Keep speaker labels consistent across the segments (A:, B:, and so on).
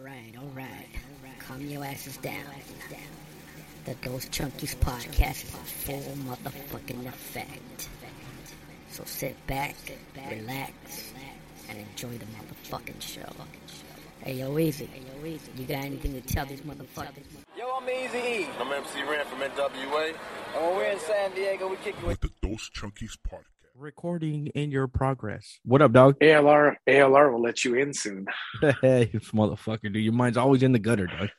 A: right, all right. Calm your asses down. The Those Chunkies podcast is in full motherfucking effect. So sit back, relax, and enjoy the motherfucking show. Hey, yo, Easy. You got anything to tell these motherfuckers?
B: Yo, I'm Easy E.
C: I'm MC Ran from NWA.
B: And when we're in San Diego, we kick it with
D: with the Dos Chunkies podcast.
E: Recording in your progress. What up, dog?
F: ALR ALR will let you in soon.
E: hey, you motherfucker, dude. Your mind's always in the gutter, dog.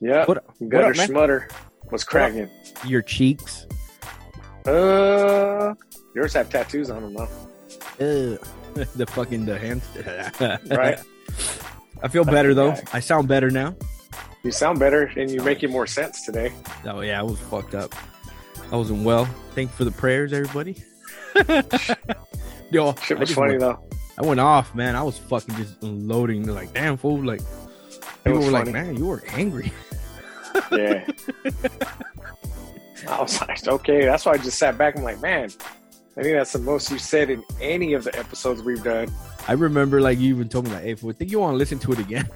F: Yeah.
E: What, what
F: Gutter
E: up, man?
F: schmutter. What's cracking?
E: Your cheeks.
F: Uh yours have tattoos on them though.
E: Ugh. the fucking the hands.
F: Right?
E: I feel better though.
F: Okay.
E: I sound better now.
F: you sound better and you're making more sense today.
E: Oh yeah, I was fucked up. I wasn't well. Thank you for the prayers, everybody. Yo,
F: Shit
E: I
F: was
E: just
F: funny
E: went-
F: though.
E: I went off, man. I was fucking just unloading. They're like, damn fool, like people
F: was
E: were like,
F: funny.
E: man, you were angry.
F: Yeah. I was like, okay, that's why I just sat back. I'm like, man, I think that's the most you said in any of the episodes we've done.
E: I remember like you even told me like, hey, fool, I think you want to listen to it again.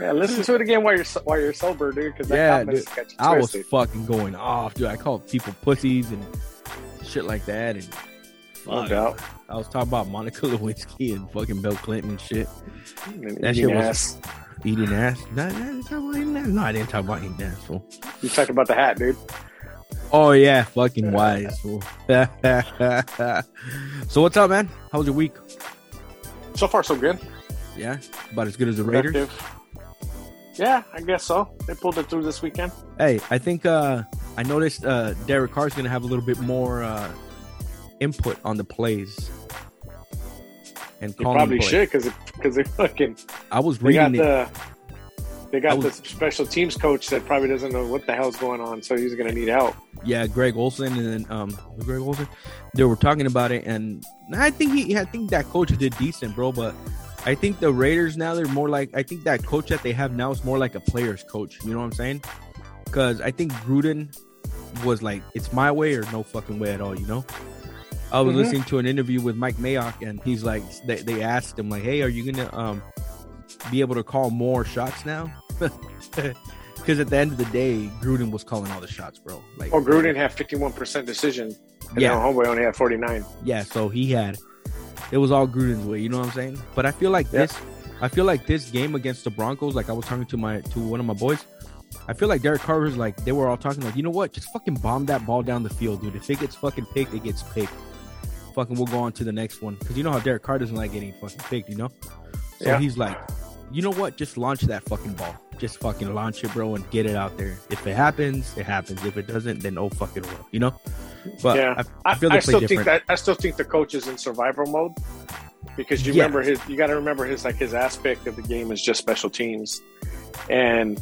F: Yeah, listen to it again while you're so- while you're sober, dude, because that
E: Yeah,
F: confidence
E: dude.
F: got you
E: I was
F: twisted.
E: fucking going off, dude. I called people pussies and shit like that, and
F: no
E: fuck.
F: doubt.
E: I was talking about Monica Lewinsky and fucking Bill Clinton and shit,
F: And
E: That
F: eating
E: shit was-
F: ass.
E: eating ass. No, I didn't talk about eating ass. No, I didn't talk about eating ass. Fool.
F: You talked about the hat, dude.
E: Oh yeah, fucking wise. Fool. so what's up, man? How was your week?
F: So far, so good.
E: Yeah, about as good as the Raiders.
F: Productive. Yeah, I guess so. They pulled it through this weekend.
E: Hey, I think uh, I noticed uh, Derek Carr's gonna have a little bit more uh, input on the plays. And
F: They
E: calling
F: probably
E: plays.
F: should because because they fucking
E: I was
F: they got
E: reading it.
F: the they
E: I
F: got
E: was-
F: this special teams coach that probably doesn't know what the hell's going on, so he's gonna need help.
E: yeah, Greg Olson and then um was Greg Olson. They were talking about it, and I think he, I think that coach did decent, bro. But I think the Raiders now they're more like I think that coach that they have now is more like a player's coach. You know what I'm saying? Because I think Gruden was like, it's my way or no fucking way at all. You know. I was
F: Mhm.
E: listening to an interview with Mike Mayock, and he's like, they, they asked him like, hey, are you gonna um be able to call more shots now? Because at the end of the day, Gruden was calling all the shots, bro. Like,
F: Or Oh, Gruden had fifty one percent decision, and
E: yeah,
F: now Homeboy only had forty nine.
E: yeah. So he had it was all Gruden's way. You know what I'm saying? But I feel like
F: Yeah.
E: this. I feel like this game against the Broncos. Like I was talking to my to one of my boys. I feel like Derek Carver's like they were all talking like you know what? Just fucking bomb that ball down the field, dude. If it gets fucking picked, it gets picked. Fucking, we'll go on to the next one because you know how Derek Carr doesn't like getting fucking picked. You know, so
F: Yeah.
E: he's like, you know what? Just launch that fucking ball. Just fucking launch it, bro, and get it out there. If it happens, it happens. If it doesn't, then oh fuck it, will. You know. But
F: Yeah.
E: I,
F: I,
E: I feel
F: I
E: they play
F: still
E: different.
F: think that I still think the coach is in survival mode because you
E: Yeah.
F: remember his you got to remember his like his aspect of the game is just special teams, and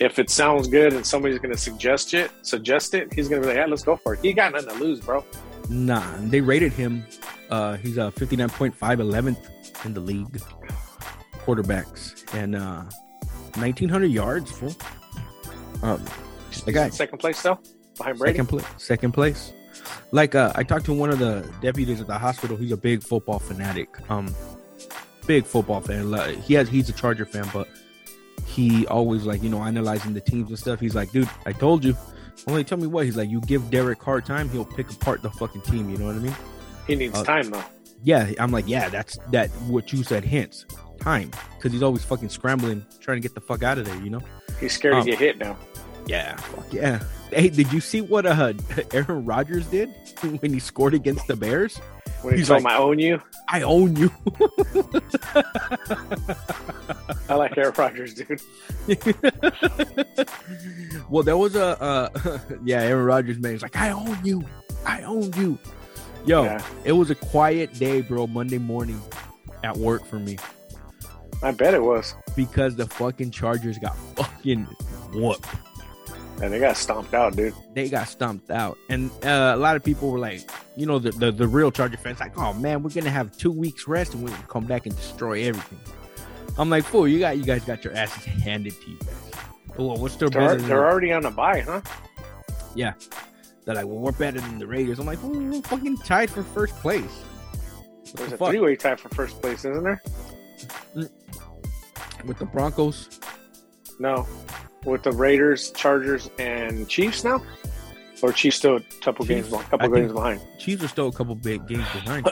F: if it sounds good and somebody's going to suggest it, suggest it, he's going to be like, yeah, let's go for it. He got nothing to lose, bro.
E: Nah, they rated him. Uh, he's a 59.5, 11th in the league quarterbacks, and uh, 1,900 yards. Full. Um, the guy
F: Second place though, behind Brady.
E: second place. Second place. Like uh, I talked to one of the deputies at the hospital. He's a big football fanatic. Um, big football fan. Like, he has. He's a Charger fan, but he always like you know analyzing the teams and stuff. He's like, dude, I told you. Only tell me what he's like. You give Derek Carr time, he'll pick apart the fucking team. You know what I mean?
F: He needs
E: Uh,
F: time though.
E: yeah i'm like yeah that's that what you said hints time because he's always fucking scrambling trying to get the fuck out of there you know
F: He's scared
E: um,
F: to get hit now.
E: yeah fuck yeah hey did you see what uh aaron Rodgers did when he scored against the bears
F: When he
E: he's
F: told
E: like-
F: him I own you,
E: i own you
F: I like Aaron Rodgers, dude.
E: well there was a uh yeah aaron Rodgers man he's like i own you i own you yo
F: Yeah.
E: it was a quiet day bro monday morning at work for me
F: I bet it was.
E: because the fucking chargers got fucking whooped
F: And they got stomped out, dude.
E: they got stomped out. And uh, a lot of people were like, you know, the, the, the real Charger fans, like, oh man, we're gonna have two weeks rest and we're gonna come back and destroy everything. I'm like, fool, you got you guys got your asses handed to you guys. Well, we're still
F: They're,
E: better than
F: they're already on a bye, huh?
E: they're like, well, we're better than the Raiders. I'm like, fool, we're fucking tied for first place. What
F: There's
E: the
F: a
E: fuck?
F: three-way tie for first place, isn't there?
E: With the Broncos,
F: No, with the Raiders, Chargers, and Chiefs now, or Chiefs still a couple
E: Chiefs.
F: games behind,
E: I
F: couple
E: think-
F: games behind.
E: Chiefs are still a couple big games behind.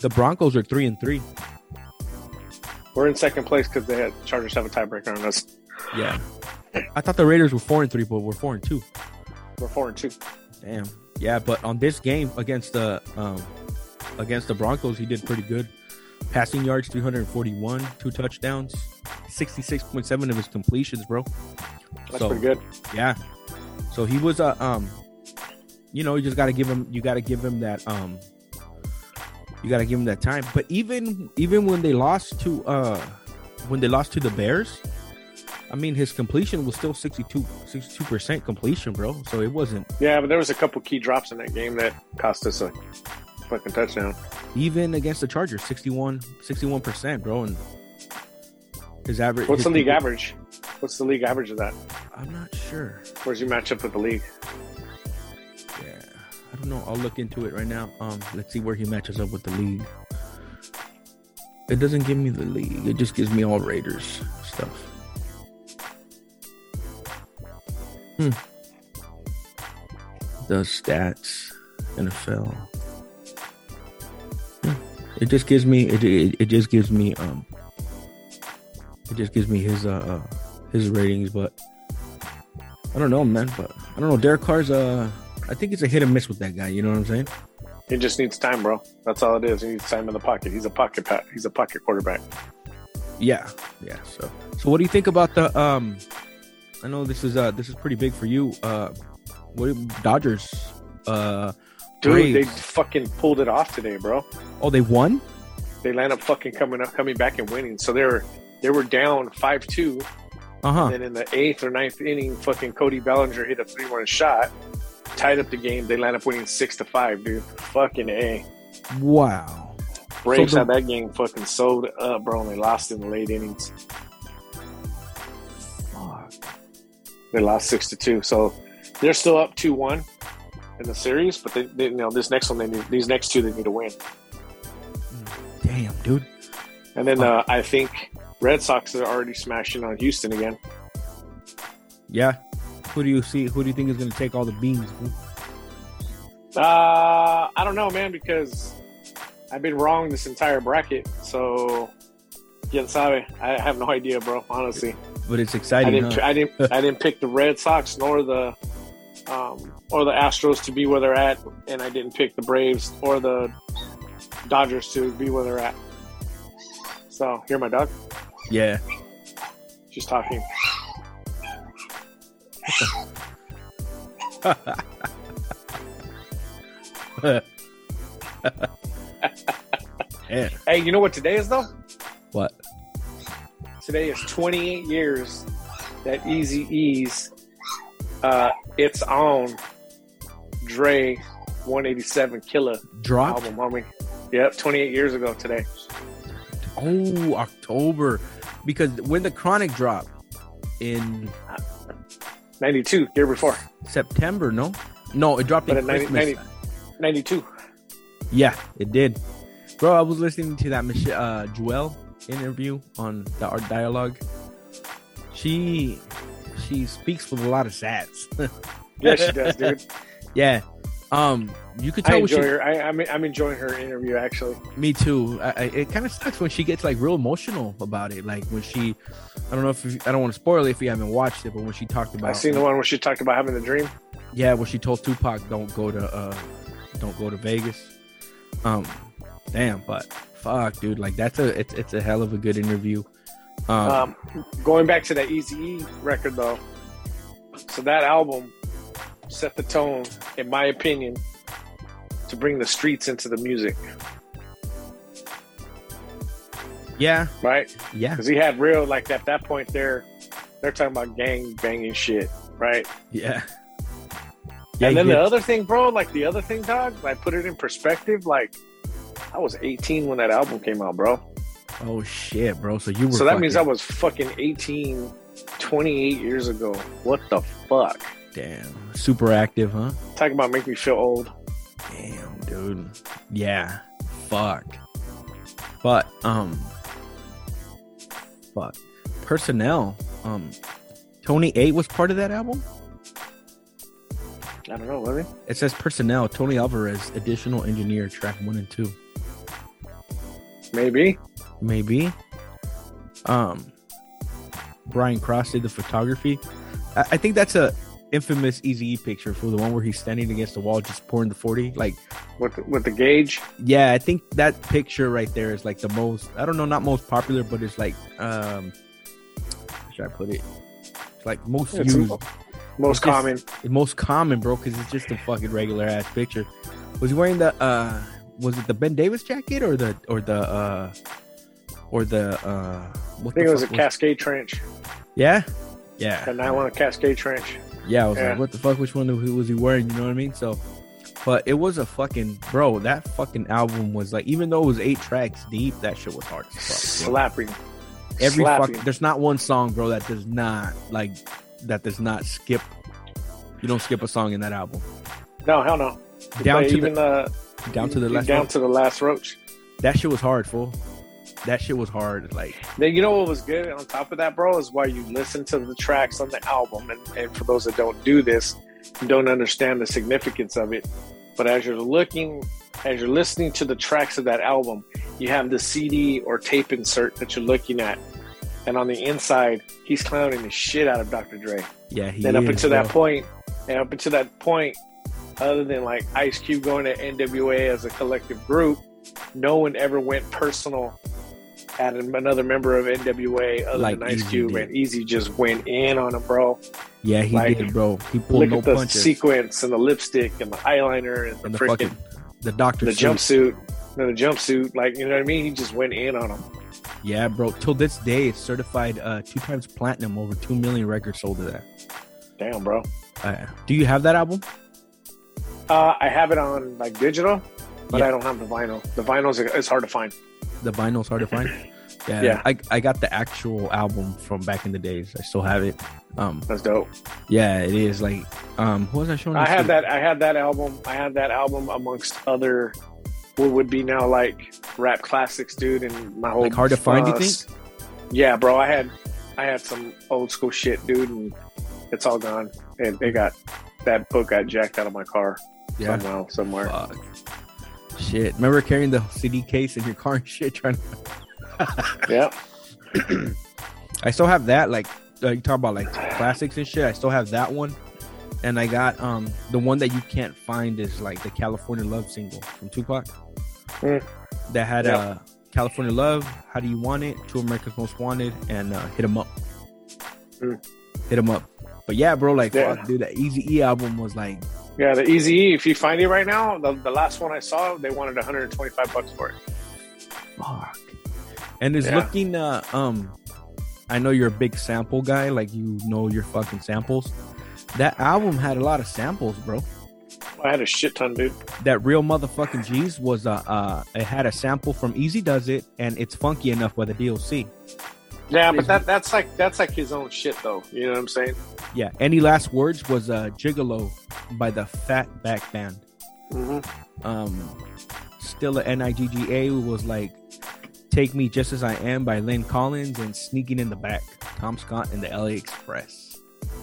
E: the Broncos are three and three.
F: We're in second place because the had, Chargers have a tiebreaker on us.
E: Yeah. I thought the Raiders were four and three, but we're four and two.
F: We're four and two.
E: Damn. Yeah, but on this game against the um against the Broncos, he did pretty good. Passing yards 341, two touchdowns, 66.7 of his completions, bro.
F: That's
E: So-
F: pretty good.
E: Yeah. So he was a um you know, you just got to give him you got to give him that um you got to give him that time. But even even when they lost to uh when they lost to the Bears, I mean his completion was still 62 62% completion, bro. So it wasn't
F: Yeah, but there was a couple key drops in that game that cost us a fucking touchdown.
E: even against the Chargers, 61 percent, bro. And his average.
F: What's
E: his-
F: the league average? What's the league average of that?
E: I'm not sure.
F: Where's your matchup with the league?
E: Yeah, I don't know. I'll look into it right now. Um, let's see where he matches up with the league. It doesn't give me the league. It just gives me all Raiders stuff. Hmm. The stats, NFL. Hmm. It just gives me. It, it, it just gives me. Um. It just gives me his uh, uh his ratings, but I don't know, man. But I don't know. Derek Carr's uh. I think it's a hit and miss with that guy. You know what I'm saying?
F: He just needs time, bro. That's all it is. He needs time in the pocket. He's a pocket pat. He's a pocket quarterback.
E: Yeah, yeah. So, so what do you think about the? Um, I know this is uh this is pretty big for you. Uh, what Dodgers? Uh,
F: Dude, they
E: Braves.
F: fucking pulled it off today, bro.
E: oh, they won.
F: They land up fucking coming up, coming back and winning. So they were they were down five two,
E: Uh huh.
F: Then in the eighth or ninth inning, fucking Cody Bellinger hit a three run shot, tied up the game. They land up winning six to five, dude. Fucking a.
E: Wow.
F: Braves
E: So the-
F: had that game fucking sold up, bro, and they lost in the late innings.
E: Fuck.
F: They lost six to two, so they're still up two one in the series. But they, they, you know, this next one, they need these next two, they need to win.
E: Damn, dude.
F: And then uh, I think Red Sox are already smashing on Houston again.
E: Yeah. Who do you see? Who do you think is going to take all the beans? fool?
F: Uh, I don't know, man, because I've been wrong this entire bracket. So, yeah, sorry, I have no idea, bro. Honestly,
E: But it's
F: I
E: exciting.
F: didn't,
E: huh?
F: I didn't, I didn't pick the Red Sox nor the um, or the Astros to be where they're at, and I didn't pick the Braves or the Dodgers to be where they're at. So, hear my dog?
E: yeah.
F: She's talking.
E: Yeah.
F: Hey, you know what today is though?
E: What?
F: Today is 28 years that Easy E's uh, It's On Dre 187 Killer
E: Dropped.
F: album, homie. Yep, 28 years ago today.
E: Oh, October. Because when the Chronic drop in
F: 92, year before.
E: September, no? No, it dropped
F: But
E: in
F: in 90
E: Christmas.
F: 92.
E: Yeah, it did. Bro, I was listening to that Mich- uh, Joelle interview on the Art Dialogue. She she speaks with a lot of sads.
F: Yeah, she does, dude.
E: yeah. Um, you could
F: I
E: tell what
F: enjoy
E: she,
F: her. I, I'm, I'm enjoying her interview, actually.
E: me too. I, I, it kind of sucks when she gets like real emotional about it. Like when she, I don't know if you, I don't want to spoil it if you haven't watched it, but when she talked about
F: I seen the one where she talked about having a dream.
E: Yeah, well, she told Tupac don't go to uh, don't go to Vegas. Um, damn, but fuck, dude, like that's a it's it's a hell of a good interview. Um,
F: Um, going back to that Easy E record, though, so that album set the tone, in my opinion, to bring the streets into the music,
E: yeah,
F: right?
E: yeah,
F: Because he had real, like at that point, there, they're talking about gang banging shit, right?
E: yeah,
F: and
E: he
F: then the
E: did.
F: other thing, bro, like the other thing, dog, like put it in perspective, like I was 18 when that album came out, bro.
E: oh shit, bro. So you were
F: So that means I
E: fucking-
F: was fucking 18, 28 years ago. What the fuck?
E: damn super active, huh?
F: Talking about make me feel old.
E: Damn, dude. Yeah. Fuck. But um. Fuck. Personnel. um Tony A was part of that album.
F: I don't know, was it?
E: It says personnel Tony Alvarez additional engineer track one and two
F: Maybe.
E: maybe. Um, Brian Cross did the photography. I, I think that's a infamous Easy picture for the one where he's standing against the wall just pouring the forty. Like
F: With with the gauge.
E: yeah, I think that picture right there is like the most I don't know, not most popular, but it's like um how should I put it? It's like most
F: It's
E: used
F: Most
E: It's just-
F: common.
E: most common, bro, because it's just a fucking regular ass picture. Was he wearing the uh was it the Ben Davis jacket or the or the uh or the uh what
F: I think it
E: the
F: was a
E: fuck
F: Cascade Trench.
E: Yeah? Yeah.
F: The nine one Cascade Trench.
E: Yeah, I was
F: Yeah.
E: like, what the fuck? Which one was he wearing? You know what I mean? So, but it was a fucking bro. That fucking album was like, even though it was eight tracks deep, that shit was hard. As fuck, bro.
F: Slapping.
E: Every
F: slapping.
E: fucking there's not one song, bro, that does not like that does not skip. You don't skip a song in that album.
F: No, hell no.
E: Down
F: But
E: to
F: even uh,
E: the
F: the,
E: down to the last.
F: down
E: one.
F: to the last roach.
E: that shit was hard, fool. That shit was hard. Like,
F: Then you know what was good on top of that, bro, is why you listen to the tracks on the album. And, and for those that don't do this, don't understand the significance of it. But as you're looking, as you're listening to the tracks of that album, you have the CD or tape insert that you're looking at. And on the inside, he's clowning the shit out of Dr. Dre.
E: yeah, he
F: Then up
E: is,
F: until that
E: bro.
F: point, and up until that point, other than like Ice Cube going to NWA as a collective group, no one ever went personal at an- another member of NWA other
E: Like
F: than Ice
E: Eazy
F: Cube,
E: did.
F: and Easy just went in on him, bro.
E: yeah, he
F: like,
E: did, bro. He pulled
F: Look
E: no
F: at the
E: punches
F: sequence and the lipstick and the eyeliner and the,
E: and the
F: freaking
E: fucking the doctor
F: the
E: suit.
F: jumpsuit. No, the jumpsuit, like you know what I mean? He just went in on him.
E: Yeah, bro. Till this day, it's certified uh, two times platinum. Over two million records sold to that.
F: Damn, bro.
E: Uh, do you have that album?
F: Uh, I have it on like digital, but
E: Yeah.
F: I don't have the vinyl. The vinyl's it's hard to find.
E: The vinyl's hard to find. Yeah,
F: Yeah.
E: I, I got the actual album from back in the days. I still have it. Um,
F: That's dope.
E: yeah, it is like um, who was I showing?
F: I
E: this
F: had
E: to?
F: that. I had that album. I had that album amongst other what would be now like rap classics, dude. And my whole
E: Like hard to find, you think?
F: Yeah, bro. I had I had some old school shit, dude, and it's all gone. And they got that book got jacked out of my car
E: Yeah.
F: somehow somewhere.
E: Fuck. Shit. Remember carrying the CD case in your car and shit? Trying. To...
F: Yeah,
E: I still have that. Like uh, you talk about like classics and shit. I still have that one. And I got um the one that you can't find is like the California Love single from Tupac.
F: Mm.
E: That had
F: Yeah.
E: uh California Love, How Do You Want It, Two America's Most Wanted, and uh, Hit 'Em Up.
F: Mm.
E: Hit 'Em Up. But yeah, bro, like
F: Yeah.
E: fuck, dude, that Easy E album was like,
F: yeah. The Easy E. If you find it right now, the, the last one I saw, they wanted 125 bucks for it.
E: fuck. And it's
F: Yeah.
E: looking uh um I know you're a big sample guy, like you know your fucking samples. That album had a lot of samples, bro.
F: I had a shit ton, dude.
E: that real motherfucking G's was uh, uh it had a sample from Easy Does It and it's funky enough by the DLC.
F: Yeah, but that that's like that's like his own shit, though. You know what I'm saying?
E: Yeah, any last words was uh Gigolo by the Fat Back Band.
F: Mm-hmm.
E: Um still a NIGGA was like Take Me Just As I Am by Lynn Collins and Sneaking in the Back, Tom Scott and the LA Express.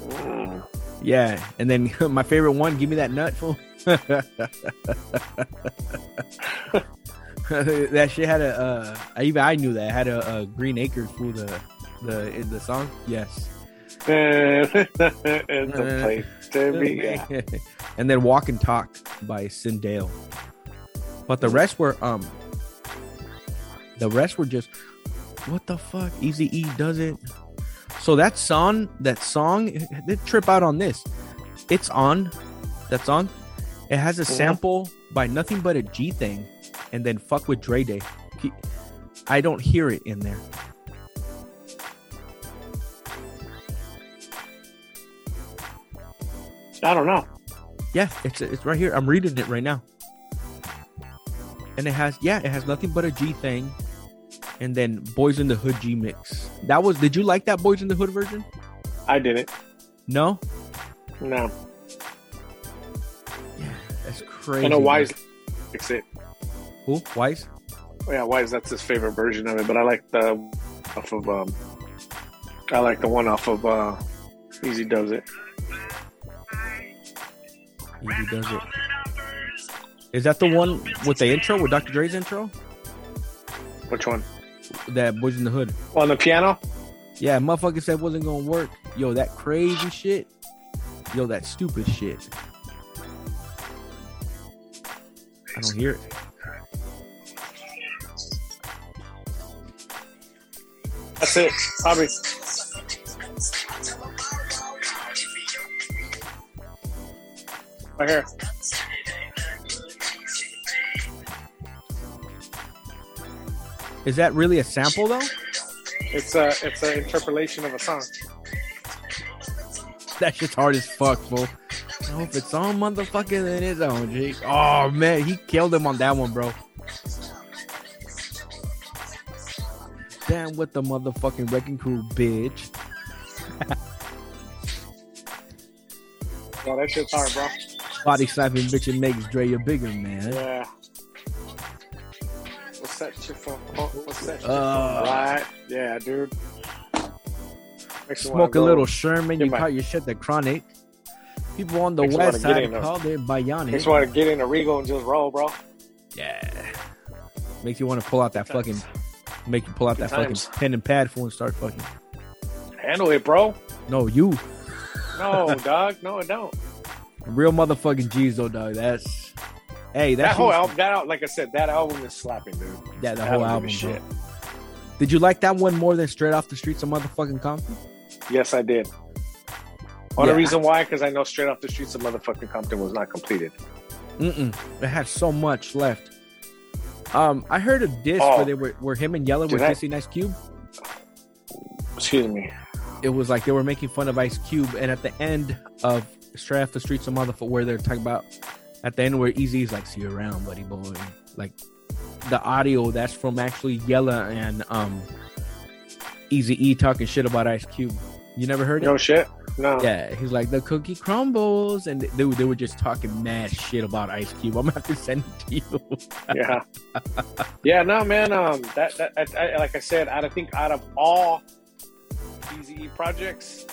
F: Mm.
E: Yeah, and then my favorite one, give me that nut fool. that shit had a. Uh, I even I knew that it had a, a Green Acres fool the the in the song. Yes,
F: it's a place to be. Yeah.
E: and then Walk and Talk by Sindale. But the rest were um, the rest were just what the fuck. Easy E does it. So that song, that song, they trip out on this. It's on that song. It has a sample by nothing but a G thing, and then fuck with Dre Day. He- I don't hear it in there.
F: I don't know.
E: Yeah, it's it's right here. I'm reading it right now. And it has yeah, it has nothing but a G thing, and then Boys in the Hood G mix. That was. Did you like that Boys in the Hood version?
F: I didn't.
E: No.
F: No.
E: Yeah, that's crazy.
F: I know
E: man.
F: Wise likes it.
E: Who Wise?
F: Yeah, Wise. That's his favorite version of it. But I like the off of um, I like the one off of uh, Easy Does It.
E: Easy does it. Is that the one with the intro with Dr. Dre's intro?
F: Which one?
E: That Boys in the Hood.
F: On the piano?
E: Yeah, motherfucker said wasn't gonna work. Yo, that crazy shit. Yo, that stupid shit. I don't hear it.
F: That's it. Probably. Right here.
E: Is that really a sample though?
F: It's a it's an interpolation of a song.
E: That shit's hard as fuck, fool. No, if it's on motherfucking, then it's on, G. Oh man, he killed him on that one, bro. Damn with the motherfucking wrecking crew, bitch.
F: Yeah, that shit's hard, bro.
E: Body slapping bitch and makes Dre your bigger man.
F: Yeah. What's that shit from? Oh, what's that shit
E: Uh.
F: from? Right. Yeah, dude. Makes me wanna
E: Smoke a
F: go-
E: little Sherman, you
F: Get my-
E: caught your shit the chronic. People on the
F: Makes me wanna
E: west
F: get
E: side
F: in there.
E: called it
F: Makes
E: bionic.
F: me want to get in a Regal and just roll, bro.
E: yeah. Makes you want to pull out that fucking, make you pull out that fucking
F: times.
E: pen and pad fool and start fucking.
F: Handle it, bro.
E: No, you.
F: No, dog. No, it don't.
E: Real motherfucking G's though, dog. That's hey, that,
F: that whole
E: was-
F: album, that al- like I said, that album is slapping, dude.
E: Yeah, the
F: I
E: whole
F: don't
E: album.
F: give a
E: Shit. Did you like that one more than Straight Off the Streets of Motherfucking Compton?
F: Yes, I did. Only
E: Yeah.
F: reason why, because I know straight off the streets of motherfucking Compton was not completed.
E: Mm-mm. It had so much left. Um, I heard a disc
F: Oh.
E: where they were where him and Yellow
F: Did
E: were
F: I-
E: dissing Ice Cube.
F: Excuse me.
E: It was like they were making fun of Ice Cube, and at the end of Straight Off the Streets of Motherfucking, where they're talking about at the end where Easy's like, "See you around, buddy boy." Like the audio that's from actually Yellow and um Easy E talking shit about Ice Cube. You never heard it?
F: No shit. No.
E: Yeah, he's like the cookie crumbles, and they, they were just talking mad shit about Ice Cube. I'm gonna have to send it to you.
F: yeah, yeah, no, man. Um, that, that I, I, like I said, I think out of all Eazy projects,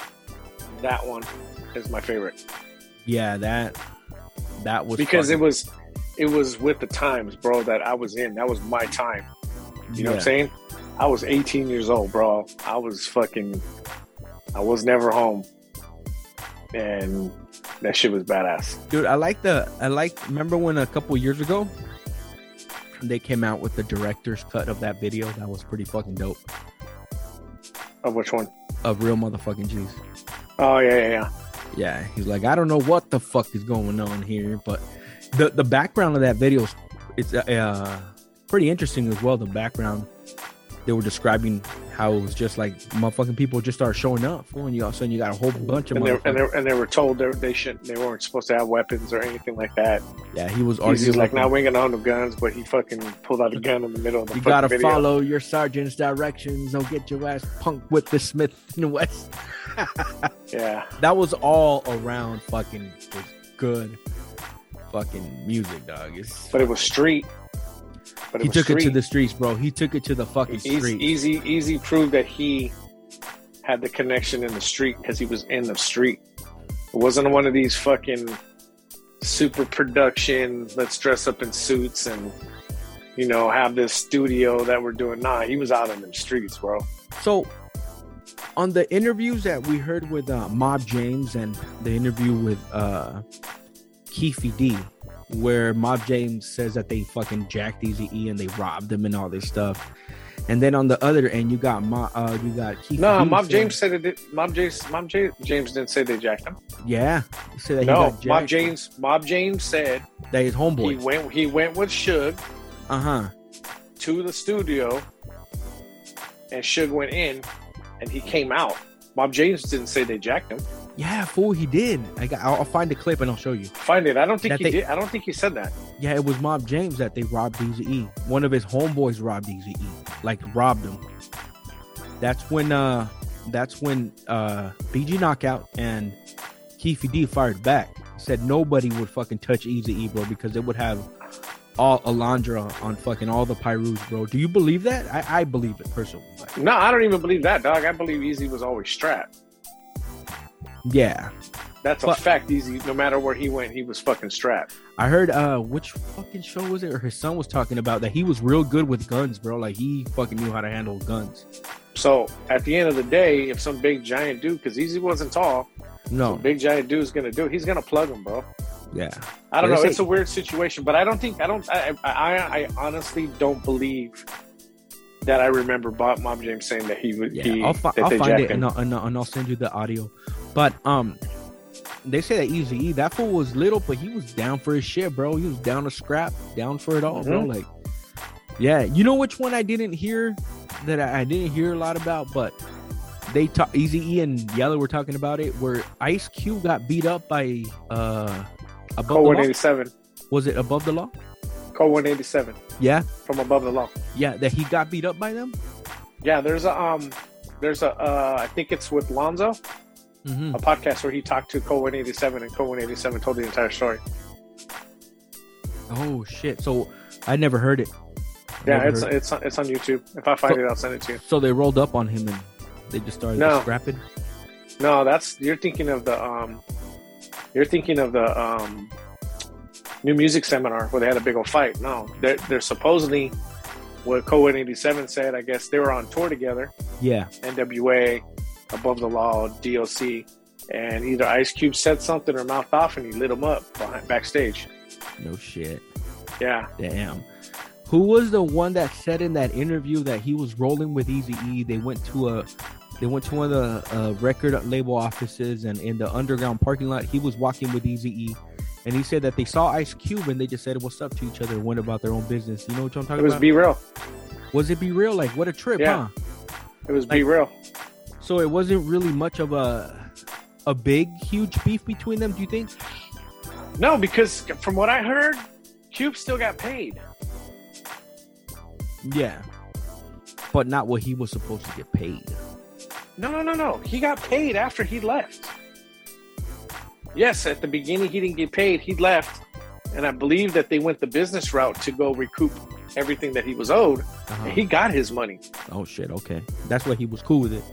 F: that one is my favorite
E: yeah, that that was
F: because it was it was with the times, bro. That I was in. That was my time. You know what I'm saying? I was 18 years old, bro. I was fucking. I was never home, and that shit was badass.
E: dude. I like the I like. Remember when a couple years ago they came out with the director's cut of that video? That was pretty fucking dope.
F: Of Oh, which one?
E: Of real motherfucking G's.
F: Oh yeah, yeah, yeah.
E: Yeah, he's like, I don't know what the fuck is going on here, but the the background of that video is it's uh, pretty interesting as well. The background they were describing how it was just like motherfucking people just started showing up, fool, and you all of a sudden you got a whole bunch of
F: And they, and,
E: motherfuckers.
F: they, and they were told they, they shouldn't, they weren't supposed to have weapons or anything like that.
E: Yeah, he was
F: He's
E: arguing
F: just like,
E: with
F: now
E: them.
F: we ain't gonna own no guns, but he fucking pulled out a gun in the middle of the
E: You
F: fucking
E: gotta
F: video.
E: follow your sergeant's directions. Don't get your ass punk with the Smith and West.
F: Yeah,
E: That was all around fucking just good fucking music, dog. It's,
F: but it was street. But it
E: he
F: was
E: took
F: street.
E: it to the streets, bro. He took it to the fucking
F: easy,
E: streets.
F: easy, easy proved that he had the connection in the street because he was in the street. It wasn't one of these fucking super production. Let's dress up in suits and you know have this studio that we're doing. Nah, he was out in the streets, bro.
E: So, on the interviews that we heard with uh, Mob James and the interview with uh, Keefy D, where Mob James says that they fucking jacked Easy E and they robbed him and all this stuff, and then on the other end you got Mo- uh, you got Keefy.
F: No,
E: D
F: Mob
E: saying-
F: James said it. did- Mob James, Mob J- James didn't say they jacked him.
E: Yeah, he said that he
F: No,
E: got
F: Mob
E: jacked,
F: James, Mob James said
E: that his
F: he
E: homeboy.
F: went he went with Suge
E: Uh huh.
F: to the studio and Suge went in and he came out. Mob James didn't say they jacked him.
E: Yeah, fool, he did. I got. I'll, I'll find the clip and I'll show you.
F: Find it. I don't think
E: That
F: he
E: they-
F: did. I don't think he said that.
E: Yeah, it was Mob James that they robbed Easy E. One of his homeboys robbed Easy E. Like robbed him. That's when uh that's when uh BG knockout and E, Keefy D fired back. Said nobody would fucking touch Easy E, bro, because it would have all Alondra on fucking all the Pyrus, bro. Do you believe that? I, I believe it personally. Like,
F: No, I don't even believe that, dog. I believe Easy was always strapped.
E: yeah.
F: That's a
E: But-
F: fact. Easy, no matter where he went, he was fucking strapped.
E: I heard uh which fucking show was it or his son was talking about that he was real good with guns, bro. Like he fucking knew how to handle guns.
F: So at the end of the day, if some big giant dude, because Easy wasn't tall,
E: No.
F: big giant dude's gonna do, it, he's gonna plug him, bro.
E: Yeah.
F: I don't
E: Let's
F: know.
E: see.
F: It's a weird situation, but I don't think I don't. I I, I, I honestly don't believe that I remember Bob Mom James saying that he would.
E: Yeah.
F: he,
E: I'll, fi-
F: that
E: I'll
F: they
E: find
F: jacked
E: it
F: him.
E: and I'll, and, I'll, and I'll send you the audio. But um they say that Easy E, that fool was little, but he was down for his shit, bro. He was down to scrap, down for it all, bro.
F: Mm-hmm.
E: Like Yeah. You know which one I didn't hear that I, I didn't hear a lot about, but they talk Easy E and Yellow were talking about it where Ice Cube got beat up by uh above
F: Code
E: the
F: one
E: Law?
F: eighty seven.
E: was it above the law?
F: Code one eighty seven
E: Yeah,
F: from above the law.
E: yeah, that he got beat up by them.
F: Yeah, there's a um, there's a uh, I think it's with Lonzo,
E: Mm-hmm.
F: a podcast where he talked to Code one eighty seven, and Code one eighty seven told the entire story.
E: Oh shit! So I never heard it. I
F: Yeah,
E: never
F: it's
E: heard
F: it's on, it's on YouTube. If I find it, I'll send it to you.
E: it. so they rolled up on him and they just started
F: No.
E: scrapping.
F: No, that's you're thinking of the um, you're thinking of the um, new music seminar where they had a big old fight. No, they're, they're supposedly what Cohen eighty seven said. I guess they were on tour together.
E: Yeah,
F: NWA, Above the Law, DOC, and either Ice Cube said something or mouthed off, and he lit him up behind, backstage.
E: no shit.
F: Yeah,
E: Damn. Who was the one that said in that interview that he was rolling with Easy E? They went to a, they went to one of the uh, record label offices and in the underground parking lot, he was walking with Easy E, and he said that they saw Ice Cube and they just said what's up to each other, and went about their own business. You know what I'm
F: it
E: talking
F: was
E: about?
F: be real.
E: was it be real like what a trip
F: Yeah.
E: huh
F: It was be real.
E: so it wasn't really much of a a big huge beef between them do you think
F: No, because from what I heard, Cube still got paid.
E: yeah but not what he was supposed to get paid
F: No, no, no, no. He got paid after he left. Yes, at the beginning he didn't get paid. He left, and I believe that they went the business route to go recoup everything that he was owed.
E: Uh-huh.
F: And he got his money.
E: oh shit okay that's why he was cool with it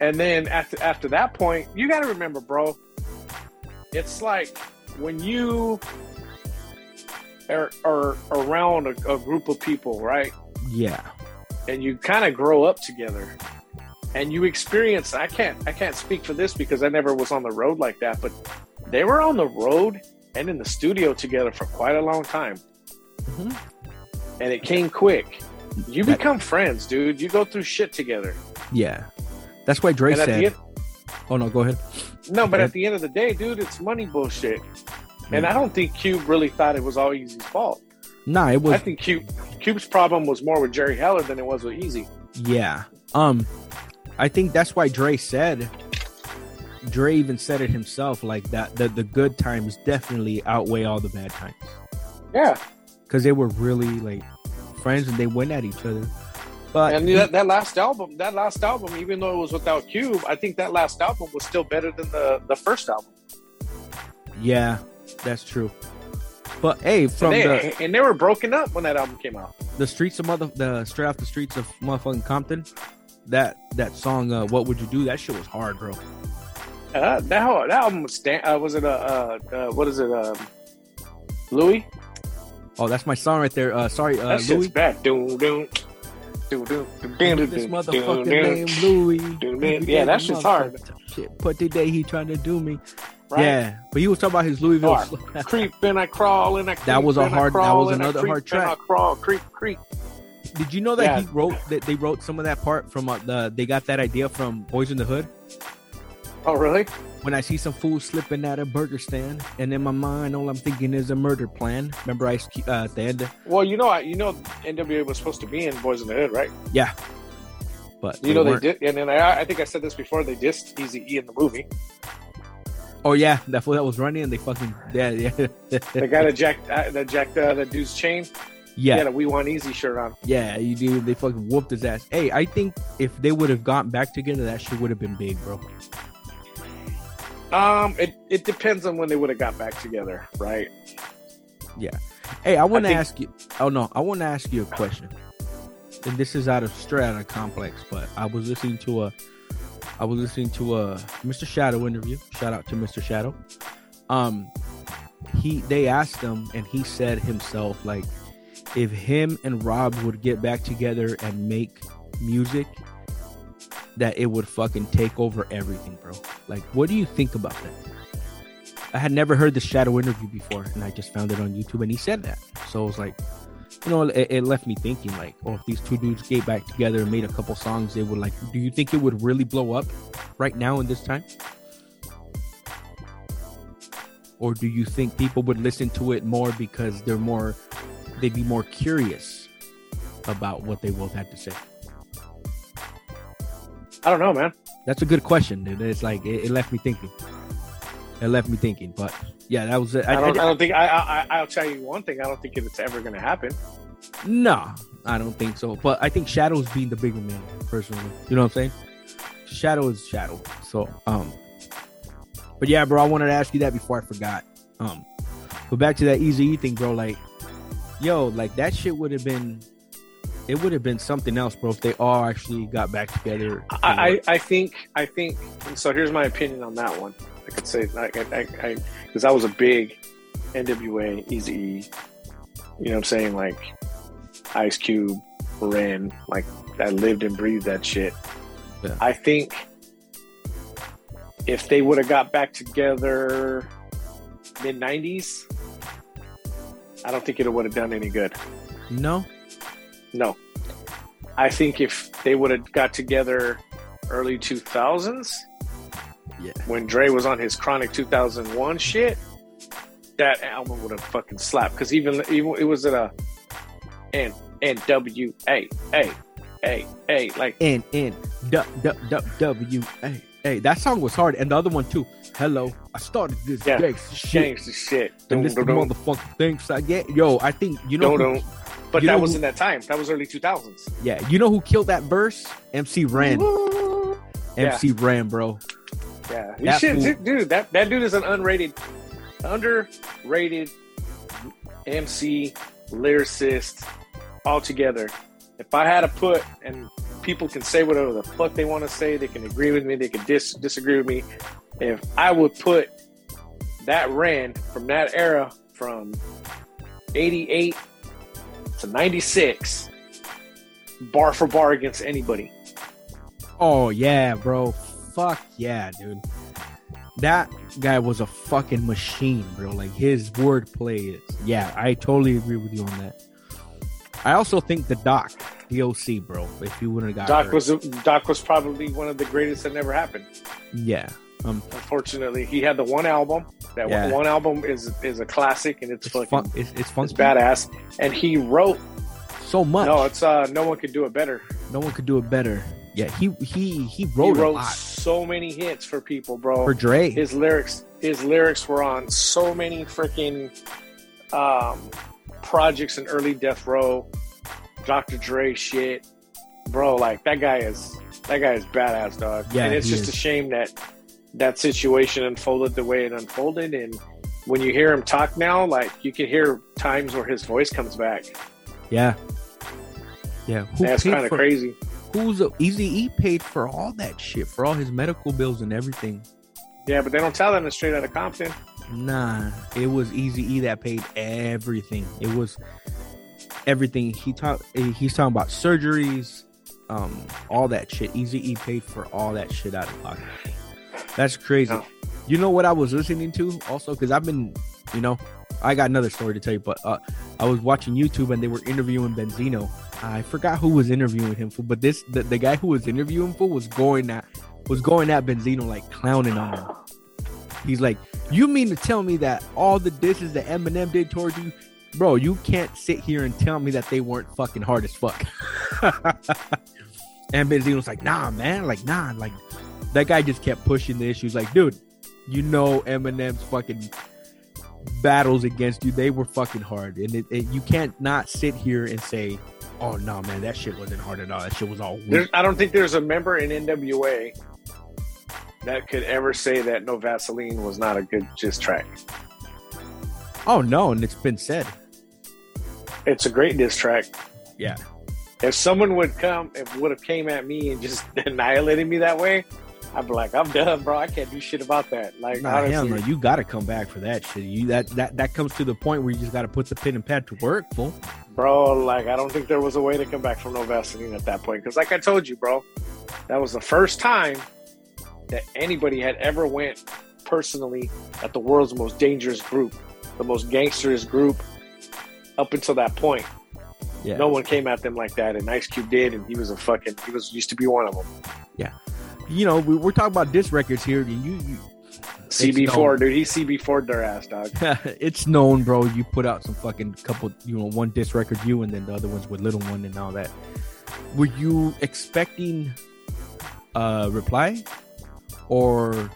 F: And then after after that point, you got to remember, bro. It's like when you are, are around a, a group of people, right?
E: yeah
F: and you kind of grow up together and you experience i can't i can't speak for this because i never was on the road like that but they were on the road and in the studio together for quite a long time
E: Mhm.
F: and it came quick you
E: That-
F: become friends dude you go through shit together
E: yeah that's why drake
F: and at
E: said
F: the end,
E: oh no go ahead
F: no but
E: Okay.
F: at the end of the day dude it's money bullshit and i don't think cube really thought it was all easy's fault
E: nah it was
F: i think cube cube's problem was more with jerry heller than it was with easy
E: Yeah. Um, I think that's why Dre said. Dre even said it himself, like that. The the good times definitely outweigh all the bad times
F: yeah
E: because they were really like friends and they went at each other. But
F: And that, that last album, that last album, even though it was without Cube, I think that last album was still better than the, the first album.
E: yeah, that's true. But hey, from
F: And they,
E: the,
F: and they were broken up when that album came out.
E: the streets of mother, the straight off the streets of motherfucking Compton, that that song, uh, what would you do? That shit was hard, bro.
F: Uh, that, whole- that album was stand, uh, was it a uh, uh, what is it? Um, Louis?
E: Oh, that's my song right there. Uh, sorry,
F: that
E: uh,
F: shit's
E: Louis.
F: bad. Doom doom doom doom doom doom
E: this
F: doom
E: motherfucking name
F: doom. Dude,
E: Louis.
F: man, yeah, that shit's hard.
E: Shit, but today he trying to do me.
F: Right?
E: Yeah, but he was talking about his Louisville.
F: Hard. Creep and I crawl and I creep
E: That was a
F: and I
E: hard- that
F: crawl
E: was
F: and I
E: another
F: creep
E: hard
F: and I
E: track.
F: crawl, creep, creep.
E: Did you know that
F: Yeah.
E: he wrote that they wrote some of that part from uh, the? They got that idea from Boys in the Hood.
F: Oh, really?
E: When I see some fool slipping at a burger stand, and in my mind all I'm thinking is a murder plan. Remember Ice Cube uh, at the end?
F: Well, you know, I, you know, NWA was supposed to be in Boys in the Hood, right?
E: Yeah, but
F: You know
E: weren't.
F: they did, and then I, I think I said this before. They dissed Easy E in the movie.
E: Oh yeah, that fool that was running, and they fucking yeah yeah
F: The guy that jacked uh, that jacked uh, that dude's chain. Yeah, he
E: yeah
F: had a We Want Easy shirt on.
E: yeah. You do. They fucking whooped his ass. Hey, I think if they would have gotten back together, that shit would have been big, bro.
F: Um, it, it depends on when they would have got back together, right?
E: Hey, I want to
F: I think-
E: ask you. Oh no, I want to ask you a question. And this is out of straight out of complex, but I was listening to a, I was listening to a Mr. Shadow interview. Shout out to Mr. Shadow. Um, he they asked him, and he said himself like, if him and Rob would get back together and make music, that it would fucking take over everything, bro. Like, what do you think about that? I had never heard the shadow interview before, and I just found it on YouTube, and he said that. So I was like, you know, it, it left me thinking, like, oh, if these two dudes get back together and made a couple songs, they would like. Do you think it would really blow up right now in this time? Or do you think people would listen to it more because they're more, they'd be more curious about what they both had to say?
F: I don't know, man.
E: That's a good question, dude. It's like it, it left me thinking. It left me thinking, but yeah, that was it.
F: I,
E: I- I
F: don't.
E: di-
F: I, don't think. I, I. I- I'll tell you one thing. I don't think it's ever going to happen.
E: No, I don't think so. But I think Shadow's being the bigger man, personally. You know what I'm saying? Shadow is Shadow. So, um, but yeah, bro, I wanted to ask you that before I forgot. Um, but back to that Easy thing, bro. Like, yo, like that shit would have been, it would have been something else, bro. If they all actually got back together.
F: I, I, I think I think so. Here's my opinion on that one. I could say I I because I, was a big NWA Easy, you know what I'm saying? Like Ice Cube, Ren, like I lived and breathed that shit.
E: Yeah.
F: I think if they would have got back together mid '90s, I don't think it would have done any good.
E: no,
F: No. I think if they would have got together early 2000s,
E: Yeah.
F: when Dre was on his chronic 2001 shit, that album would have fucking slapped. Because even, even it was at a N N W A A A A like
E: N N du- du- du- W A. Hey, that song was hard, and the other one too. Hello, I started this
F: Yeah.
E: gangsta shit.
F: gangster shit.
E: And
F: Dun,
E: this is
F: dun,
E: the
F: dun,
E: motherfucking things I get. Yo, I think you know.
F: dun,
E: Who,
F: dun. But
E: you
F: that
E: know
F: was
E: who-
F: in that time. That was early 2000s.
E: yeah, you know who killed that verse? MC Ren.
F: Yeah.
E: MC Ren, bro.
F: Yeah, you
E: That
F: should,
E: fool-
F: dude. That that dude is an unrated, underrated MC lyricist altogether. If I had to put, and people can say whatever the fuck they want to say, they can agree with me, they can dis- disagree with me. If I would put that Ren from that era, from '88 to '96, bar for bar against anybody.
E: Oh yeah, bro. Fuck yeah, dude. That guy was a fucking machine, bro. Like his wordplay is. Yeah, I totally agree with you on that. I also think the doc, DOC, bro. If you wouldn't have got
F: Doc
E: hurt.
F: was Doc was probably one of the greatest that never happened.
E: yeah, um,
F: unfortunately he had the one album that
E: Yeah.
F: one, one album is is a classic and it's,
E: it's
F: fucking
E: fun. It's, it's
F: it's
E: funky.
F: badass and he wrote
E: So much.
F: no it's uh no one could do it better
E: no one could do it better. Yeah, he he he wrote,
F: he
E: a
F: wrote
E: lot
F: so many hits for people bro
E: for Dre.
F: his lyrics his lyrics were on so many freaking um projects in early death row dr dre shit bro like that guy is that guy is badass dog
E: Yeah,
F: and it's
E: he
F: just a
E: is.
F: shame that that situation unfolded the way it unfolded and when you hear him talk now like you can hear times where his voice comes back
E: yeah, yeah. Who
F: that's
E: paid
F: kind of
E: for-
F: crazy
E: Who's Easy E paid for all that shit for all his medical bills and everything?
F: yeah but they don't tell that in straight out of compton
E: Nah, it was Easy E that paid everything. It was everything. He talked. He's talking about surgeries, um, all that shit. Easy E paid for all that shit out of pocket. That's crazy.
F: No.
E: You know what I was listening to also because I've been, you know, I got another story to tell you, but uh, I was watching YouTube and they were interviewing Benzino. I forgot who was interviewing him, fool, but this the, the guy who was interviewing fool was going at was going at Benzino like clowning on him. He's like, "You mean to tell me that all the dishes that Eminem did towards you, bro? You can't sit here and tell me that they weren't fucking hard as fuck." and Benzino's like, "Nah, man, like nah, like." That guy just kept pushing the issues. Like, dude, you know Eminem's fucking battles against you. They were fucking hard, and it, it- you can't not sit here and say, "Oh no, man, that shit wasn't hard at all. That shit was all weak."
F: There's, I don't think there's a member in NWA that could ever say that No Vaseline was not a good just track.
E: oh no, and it's been said.
F: It's a great diss track.
E: Yeah.
F: If someone would come, if would have came at me and just annihilated me that way, I'd be like, I'm done, bro. I can't do shit about that. Like,
E: Nah, hell
F: honestly,
E: no, you got to come back for that shit. You that that that comes to the point where you just got to put the pin and pad to work, fool.
F: bro. Like, I don't think there was a way to come back from no Vaseline at that point. Because, like I told you, bro, that was the first time that anybody had ever went personally at the world's most dangerous group, the most gangsterous group, up until that point.
E: Yeah.
F: No one came at them like that, and Ice Cube did, and he was a fucking. He was used to be one of them.
E: You know, we, we're talking about disc records here. and You, you
F: CB4, dude. He CB4 their ass, dog.
E: it's known, bro. You put out some fucking couple, you know, one disc record, you, and then the other ones with Little One and all that. Were you expecting a reply, or,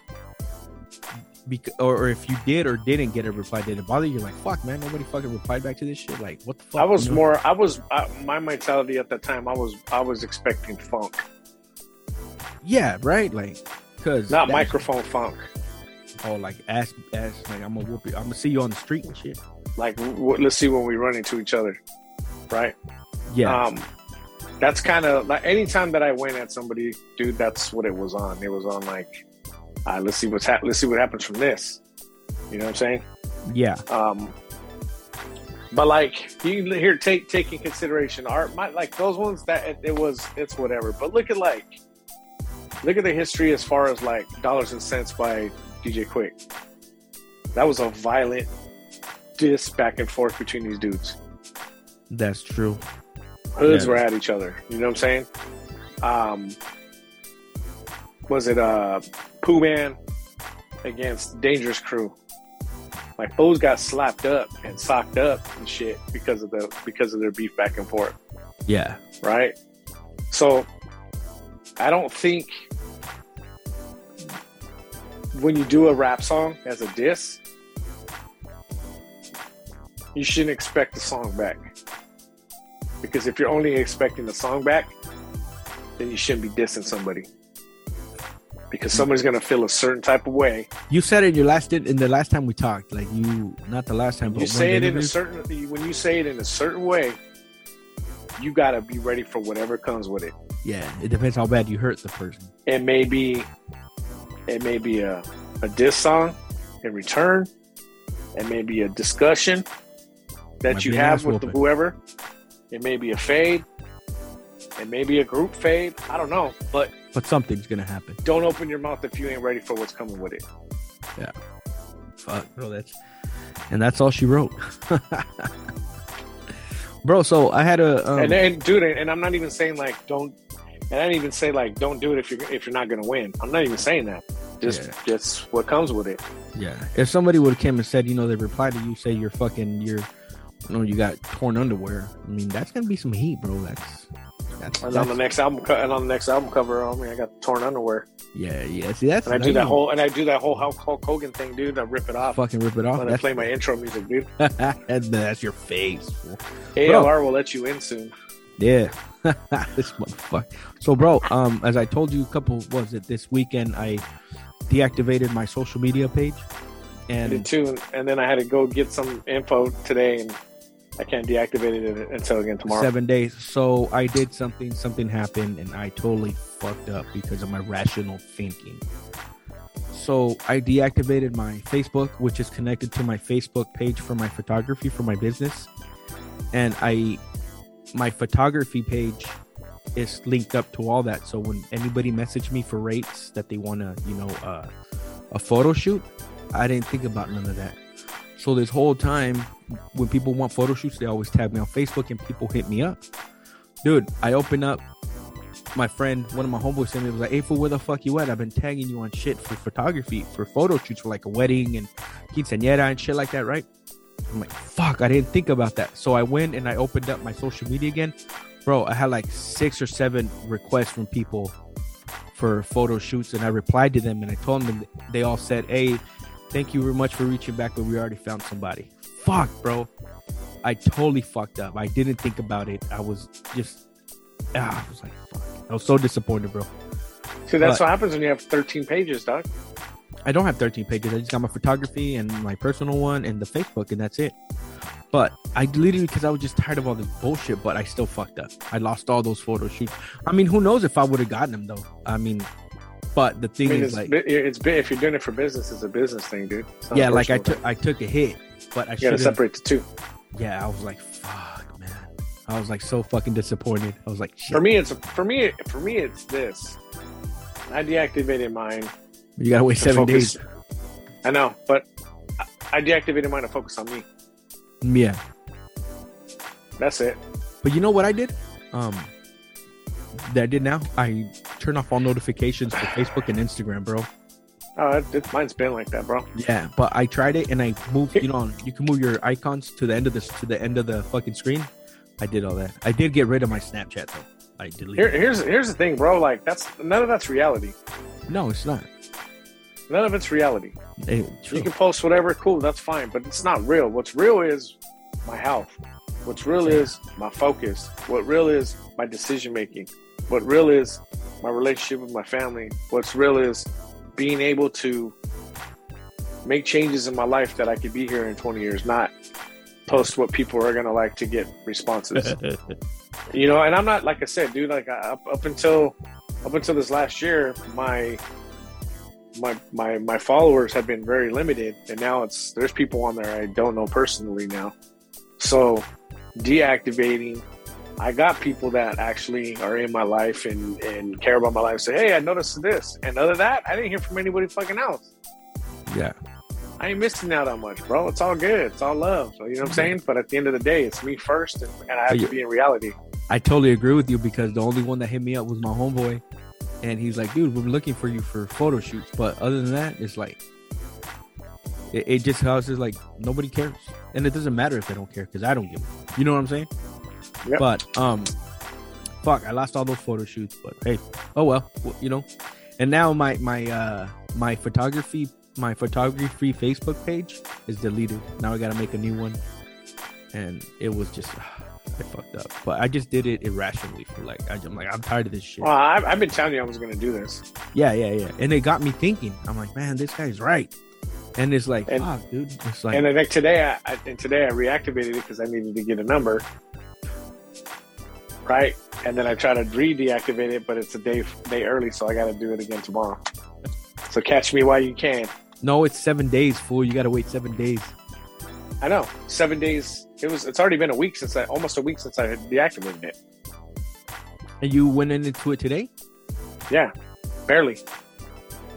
E: bec- or, or if you did or didn't get a reply, did it bother you? Like, fuck, man, nobody fucking replied back to this shit. Like, what the fuck?
F: I was
E: You know?
F: more. I was I, my mentality at that time. I was I was expecting funk,
E: yeah, right, like, cause
F: not
E: that-
F: microphone funk.
E: Oh, like ask, ask, like I'm gonna whoop you. I'm gonna see you on the street and shit.
F: Like, w- let's see when we run into each other, right?
E: Yeah,
F: Um, that's kind of like anytime that I went at somebody, dude. That's what it was on. It was on like, uh, let's see what's hap- let's see what happens from this. You know what I'm saying?
E: yeah,
F: Um, but like you here, take take in consideration art. My like those ones that it, it was it's whatever. But look at like look at the history as far as like dollars and cents by DJ Quick. That was a violent diss back and forth between these dudes.
E: that's true.
F: Hoods
E: Yeah.
F: were at each other. You know what I'm saying? Um, was it uh Pooh Man against Dangerous Crew? Like those got slapped up and socked up and shit because of the because of their beef back and forth,
E: Yeah,
F: right? So I don't think when you do a rap song as a diss, you shouldn't expect the song back. Because if you're only expecting the song back, then you shouldn't be dissing somebody. Because somebody's gonna feel a certain type of way.
E: you said it. Your last in the last time we talked, like you, not the last time, but one
F: You
E: of
F: say it
E: the
F: in a
E: interviews.
F: certain when you say it in a certain way, you gotta be ready for whatever comes with it.
E: Yeah, it depends how bad you hurt the person.
F: It may be it may be a, a diss song in return, it may be a discussion that
E: Might
F: you
E: be an
F: have
E: ass
F: with the,
E: whooping.
F: whoever. It may be a fade, it may be a group fade. I don't know, but
E: But something's gonna happen.
F: don't open your mouth if you ain't ready for what's coming with it.
E: Fuck, bro. That's and that's all she wrote, bro. So I had a um,
F: and then, dude, and I'm not even saying like don't, and I didn't even say like don't do it if you're if you're not gonna win. I'm not even saying that. Just
E: Yeah.
F: just what comes with it.
E: yeah. If somebody would have came and said, you know, they replied to you, say you're fucking, you're, you know, you got torn underwear. I mean, that's gonna be some heat, bro. That's that's,
F: And
E: that's
F: on the next album, co- and on the next album cover, I mean, I got torn underwear,
E: yeah, yeah. See, that's
F: and I do that
E: that's-
F: whole and I do that whole Hulk Hulk Hogan thing, dude. I rip it off.
E: fucking rip it off.
F: When I play my intro music, dude.
E: That's, that's your face. fool.
F: ALR will let you in soon.
E: Yeah. this motherfucker. So, bro, um, as I told you, a couple was it this weekend? I deactivated my social media page,
F: I did
E: and
F: too, and- and then I had to go get some info today, and I can't deactivate it until again tomorrow.
E: seven days. So I did something. Something happened, and I totally fucked up because of my rational thinking. So I deactivated my Facebook, which is connected to my Facebook page for my photography for my business, and I my photography page is linked up to all that. So when anybody messaged me for rates that they want to, you know, uh, a photo shoot, I didn't think about none of that. So this whole time, when people want photo shoots, they always tag me on Facebook, and people hit me up. Dude, I open up. My friend, one of my homeboys, sent me was like, "Hey, fool, where the fuck you at? I've been tagging you on shit for photography, for photo shoots, for like a wedding and quinceañera and shit like that, right?" I'm like, "Fuck, I didn't think about that." So I went and I opened up my social media again, bro. I had like six or seven requests from people for photo shoots, and I replied to them, and I told them they all said, "Hey, thank you very much for reaching back, but we already found somebody." Fuck, bro. I totally fucked up. I didn't think about it. I was just, ah, I was like, fuck. I was so disappointed, bro.
F: See, that's
E: But-
F: what happens when you have 13 pages, dog.
E: I don't have 13 pages. I just got my photography and my personal one and the Facebook, and that's it. But I deleted it because I was just tired of all this bullshit. But I still fucked up. I lost all those photo shoots. I mean, who knows if I would have gotten them though? I mean, but the
F: I
E: thing
F: mean,
E: is,
F: it's,
E: like,
F: bi- it's bi- if you're doing it for business, it's a business thing, dude. It's not
E: yeah, like I
F: personal.
E: took I took a hit, but I
F: You gotta
E: should have.
F: separate the two.
E: Yeah, I was like, fuck, man. I was like so fucking disappointed. I was like, shit.
F: For me, it's for me for me it's this. I deactivated mine.
E: you gotta wait
F: to
E: seven
F: focus-
E: days.
F: I know, but I- I deactivated mine to focus on me.
E: Yeah,
F: That's it.
E: but you know what I did? Um, that I did now. I turned off all notifications for Facebook and Instagram, bro.
F: Oh, it, it- mine's been like that, bro.
E: Yeah, but I tried it and I moved. You know, you can move your icons to the end of this to the end of the fucking screen. I did all that. I did get rid of my Snapchat though. I
F: Here,
E: deleted.
F: here's here's the thing, bro. Like that's none of that's reality.
E: it. No, it's not.
F: None of it's reality.
E: Eh, true.
F: You can post whatever, cool, that's fine, but it's not real. What's real is my health. What's real is my focus. What real is my decision making. What real is my relationship with my family. What's real is being able to make changes in my life that I could be here in 20 years, not post what people are going to like to get responses. you know, and I'm not, like I said, dude, like I, up, up until, up until this last year, my, my, my, my followers have been very limited and now it's, there's people on there I don't know personally now. So deactivating, I got people that actually are in my life and, and care about my life. Say, Hey, I noticed this. And other than that, I didn't hear from anybody fucking else.
E: yeah,
F: I ain't missing out on much, bro. It's all good. It's all love. So, you know what I'm saying? But at the end of the day, it's me first, and, and I have
E: Yeah.
F: to be in reality.
E: I totally agree with you because the only one that hit me up was my homeboy, and he's like, "Dude, we're looking for you for photo shoots." But other than that, it's like, it, it just houses like nobody cares, and it doesn't matter if they don't care because I don't give. a- You know what I'm saying?
F: Yep.
E: But um, fuck, I lost all those photo shoots. But hey, oh well, w- you know. And now my my uh my photography my photography Facebook page is deleted. Now I got to make a new one, and it was just. I fucked up, but I just did it irrationally for like I, I'm like I'm tired of this shit.
F: Well, I, I've been telling you I was going to do this.
E: Yeah, yeah, yeah. And it got me thinking. I'm like, man, this guy's right. And it's like,
F: And-
E: fuck, dude. It's like,
F: And then like, today, I, I and today I reactivated it because I needed to get a number, right? And then I try to re-deactivate it, but it's a day day early, so I got to do it again tomorrow. So catch me while you can.
E: no, it's seven days, fool. You got to wait seven days.
F: I know seven days. It was. It's already been a week since I almost a week since I had deactivated it.
E: And you went into it today?
F: Yeah, barely.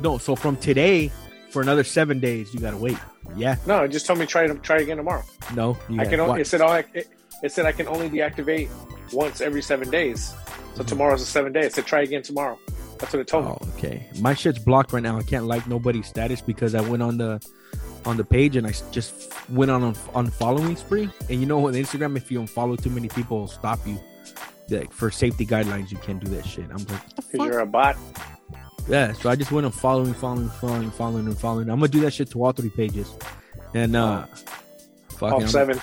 E: No, so from today for another seven days, you got to wait. Yeah,
F: No, it just told me try to try again tomorrow.
E: no. You
F: I
E: gotta
F: can. Only, it
E: watch.
F: said all. I- It, it said I can only deactivate once every seven days. So tomorrow's a seven day. It said try again tomorrow. That's what it told
E: Hmm. Oh, okay. My shit's blocked right now. I can't like nobody's status because I went on the on the page and I s- just went on on unfollowing spree. And you know, on Instagram, if you unfollow too many people, it'll stop you. Like for safety guidelines, you can't do that shit. I'm like,
F: me because you're a bot.
E: Yeah, so I just went on following, following, following, following, and following. I'm gonna do that shit to all three pages, and uh,
F: All
E: fucking, I'm,
F: Oh. seven.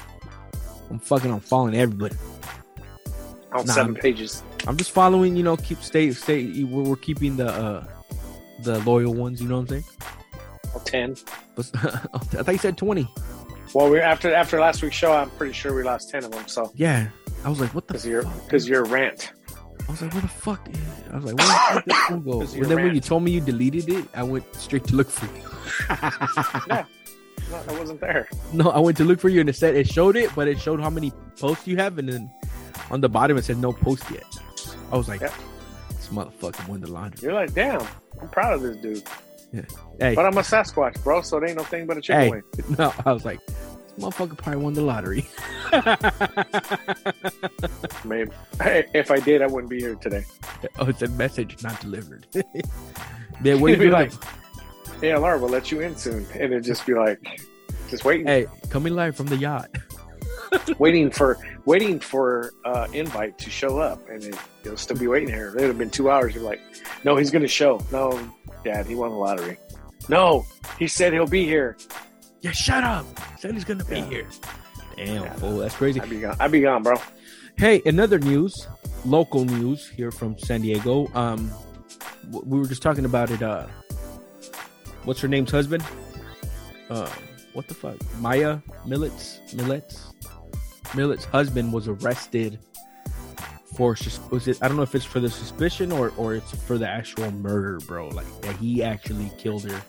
E: I'm fucking, I'm following everybody.
F: All
E: Nah,
F: 7
E: I'm-
F: pages.
E: I'm just following, you know, keep stay, stay. We're, we're keeping the uh, the loyal ones. You know what I'm saying?
F: All ten.
E: But, I thought you said twenty.
F: Well, we after after last week's show, I'm pretty sure we lost ten of them. So
E: Yeah, I was like, what the?
F: because you're
E: fuck?
F: because you're a rant.
E: I was like, what the fuck? I was like, where the fuck did this one go?
F: 'Cause
E: And
F: you're
E: then when
F: rant.
E: you told me you deleted it, I went straight to look for you.
F: No, I wasn't there.
E: No, I went to look for you and it said it showed it, but it showed how many posts you have, and then on the bottom it said no post yet. I was like,
F: Yep.
E: this motherfucker won the laundry.
F: You're like, damn. I'm proud of this dude.
E: Hey,
F: But I'm a Sasquatch, bro. So it ain't no thing but a chicken
E: Hey.
F: wing.
E: no, I was like, this motherfucker probably won the lottery.
F: Maybe Hey, if I did, I wouldn't be here today.
E: oh, it said message not delivered. then what
F: You'd
E: do you
F: be
E: like?
F: like, ALR will let you in soon, and it'd just be like, just waiting.
E: Hey, coming live from the yacht.
F: waiting for waiting for uh, invite to show up, and it, you'll still be waiting here. It'd have been two hours. You're like, no, he's going to show. No, Dad, he won the lottery. No, he said hell be here.
E: Yeah, shut up. Said he's gonna
F: Yeah.
E: be here. Damn,
F: Yeah.
E: fool, that's crazy.
F: I'd be gone. I'd be gone, bro.
E: Hey, another news, local news here from San Diego. Um, w- we were just talking about it. Uh, what's her name's husband? Uh, what the fuck? Maya Millets? Millets? Millet's husband was arrested for sus- was it? I don't know if it's for the suspicion or or it's for the actual murder, bro. Like that he actually killed her.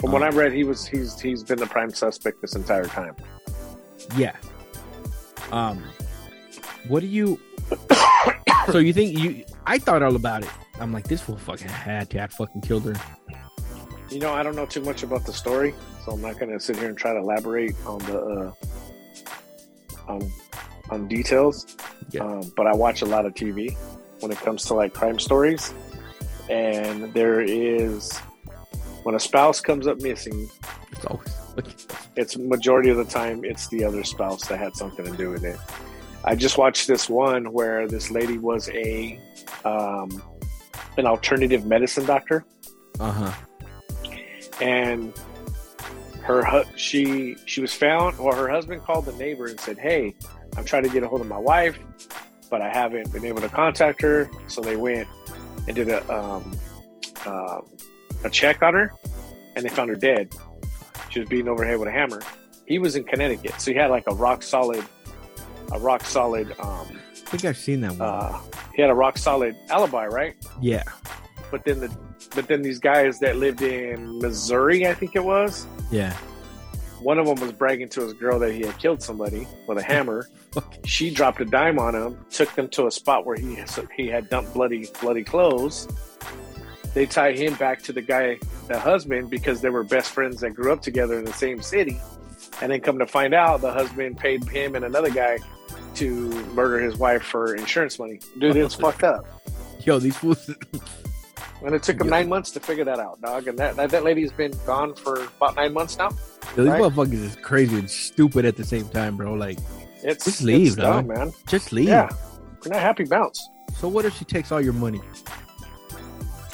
F: From what I read, he was he's he's been the prime suspect this entire time.
E: Yeah. Um, what do you? so you think you? I thought all about it. I'm like, this fool fucking had to have fucking killed her.
F: You know, I don't know too much about the story, so I'm not going to sit here and try to elaborate on the uh, on on details.
E: Yeah.
F: Um, but I watch a lot of TV when it comes to like crime stories, and there is when a spouse comes up missing,
E: It's always
F: it's majority of the time it's the other spouse that had something to do with it. I just watched this one where this lady was a um, an alternative medicine doctor
E: uh huh.
F: and her hu- she she was found or her husband called the neighbor and said hey i'm trying to get a hold of my wife but i haven't been able to contact her so they went and did a um, um a check on her and they found her dead she was beaten over the head with a hammer he was in connecticut so he had like a rock solid a rock solid um
E: I think I've seen that one.
F: uh he had a rock solid alibi right
E: yeah.
F: but then the but then these guys that lived in missouri i think it was
E: Yeah.
F: One of them was bragging to his girl that he had killed somebody with a hammer. She dropped a dime on him, took them to a spot where he he had dumped bloody bloody clothes. They tie him back to the guy, the husband, because they were best friends that grew up together in the same city. And then come to find out, the husband paid him and another guy to murder his wife for insurance money. Dude, it's fucked up.
E: Yo, these fools.
F: And it took him nine months to figure that out, dog. And that that, that lady's been gone for about nine months now.
E: Yo, these
F: Right.
E: motherfuckers is crazy and stupid at the same time, bro. Like,
F: It's
E: Just leave,
F: it's dumb,
E: dog.
F: man.
E: just leave.
F: Yeah. We're not happy bounce.
E: So what if she takes all your money?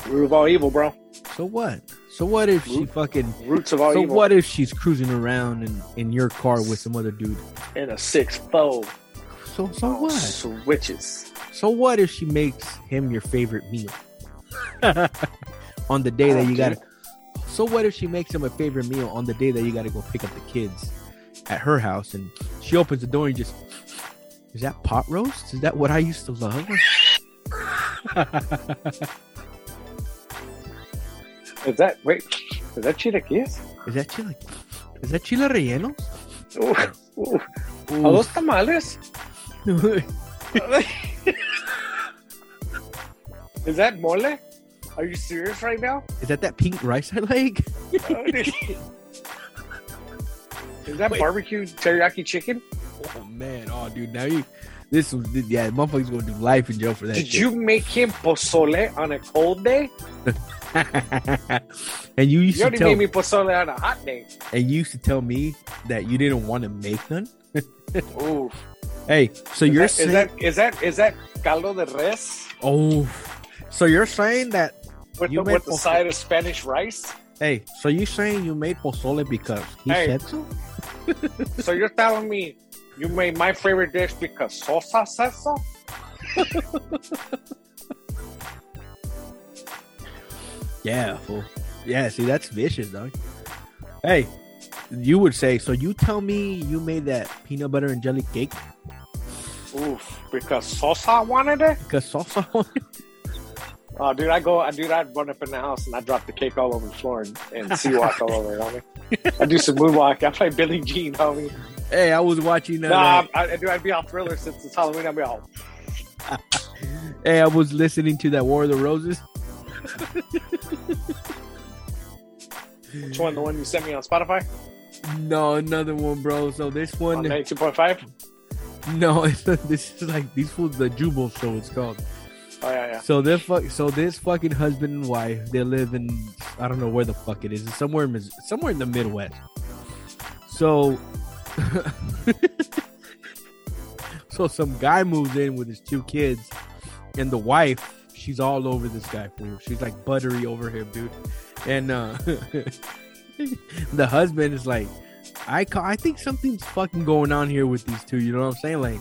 F: Root of all evil, bro.
E: So what? So what if she fucking?
F: Roots of all
E: So
F: evil.
E: what if she's cruising around in in your car with some other dude?
F: In a six fold. Oh,
E: So so what?
F: Switches.
E: So what if she makes him your favorite meal on the day
F: Oh,
E: that you gotta? So what if she makes him a favorite meal on the day that you gotta go pick up the kids at her house, and she opens the door and just is that pot roast? Is that what I used to love?
F: Is that wait? Is that chilaquiles?
E: Is that chili? Is that chile rellenos?
F: Ooh, ooh. Are those tamales? Is that mole? Are you serious right now?
E: is that that pink rice I like?
F: Is that
E: Wait.
F: barbecue teriyaki chicken?
E: Oh man, oh dude, now you this was yeah, motherfucker's gonna do life in jail for that.
F: Did
E: shit.
F: you make him pozole on a cold day?
E: and you used to
F: You already
E: tell
F: made me pozole on a hot day.
E: and you used to tell me that you didn't want to make none.
F: Ooh.
E: Hey, so
F: Is
E: you're
F: that-
E: saying
F: is that is that is that caldo de res
E: oh, so you're saying that
F: with
E: You
F: the,
E: made
F: with the
E: pozole.
F: side of Spanish rice?
E: hey, so you saying you made pozole because he
F: Hey.
E: said so?
F: So you're telling me you made my favorite dish because Sosa says so?
E: Yeah, fool. Yeah, see that's vicious, dog. Hey, you would say so. You tell me you made that peanut butter and jelly cake
F: Oof, because Sosa wanted it?
E: because salsa on it.
F: Oh, dude, I go, I dude, I'd run up in the house and I drop the cake all over the floor and, and sea walk all over it, homie. I do some moonwalk. I play Billie Jean, homie.
E: Hey, I was watching that.
F: Nah, I, I, dude, I'd be all thriller since it's Halloween. I'd be all,
E: Hey, I was listening to that War of the Roses.
F: which one? The one you sent me on Spotify?
E: No, another one, bro. So this
F: On
E: one,
F: 92.5?
E: no, it's not, this is like these fools, the Jubal Show. It's called.
F: Oh, yeah, yeah.
E: So they fuck. So this fucking husband and wife, they live in I don't know where the fuck it is. It's somewhere in Mis- somewhere in the Midwest. So, so some guy moves in with his two kids, and the wife, she's all over this guy. Fool. She's like buttery over him, dude. And uh the husband is like, I ca- I think something's fucking going on here with these two. You know what I'm saying? Like,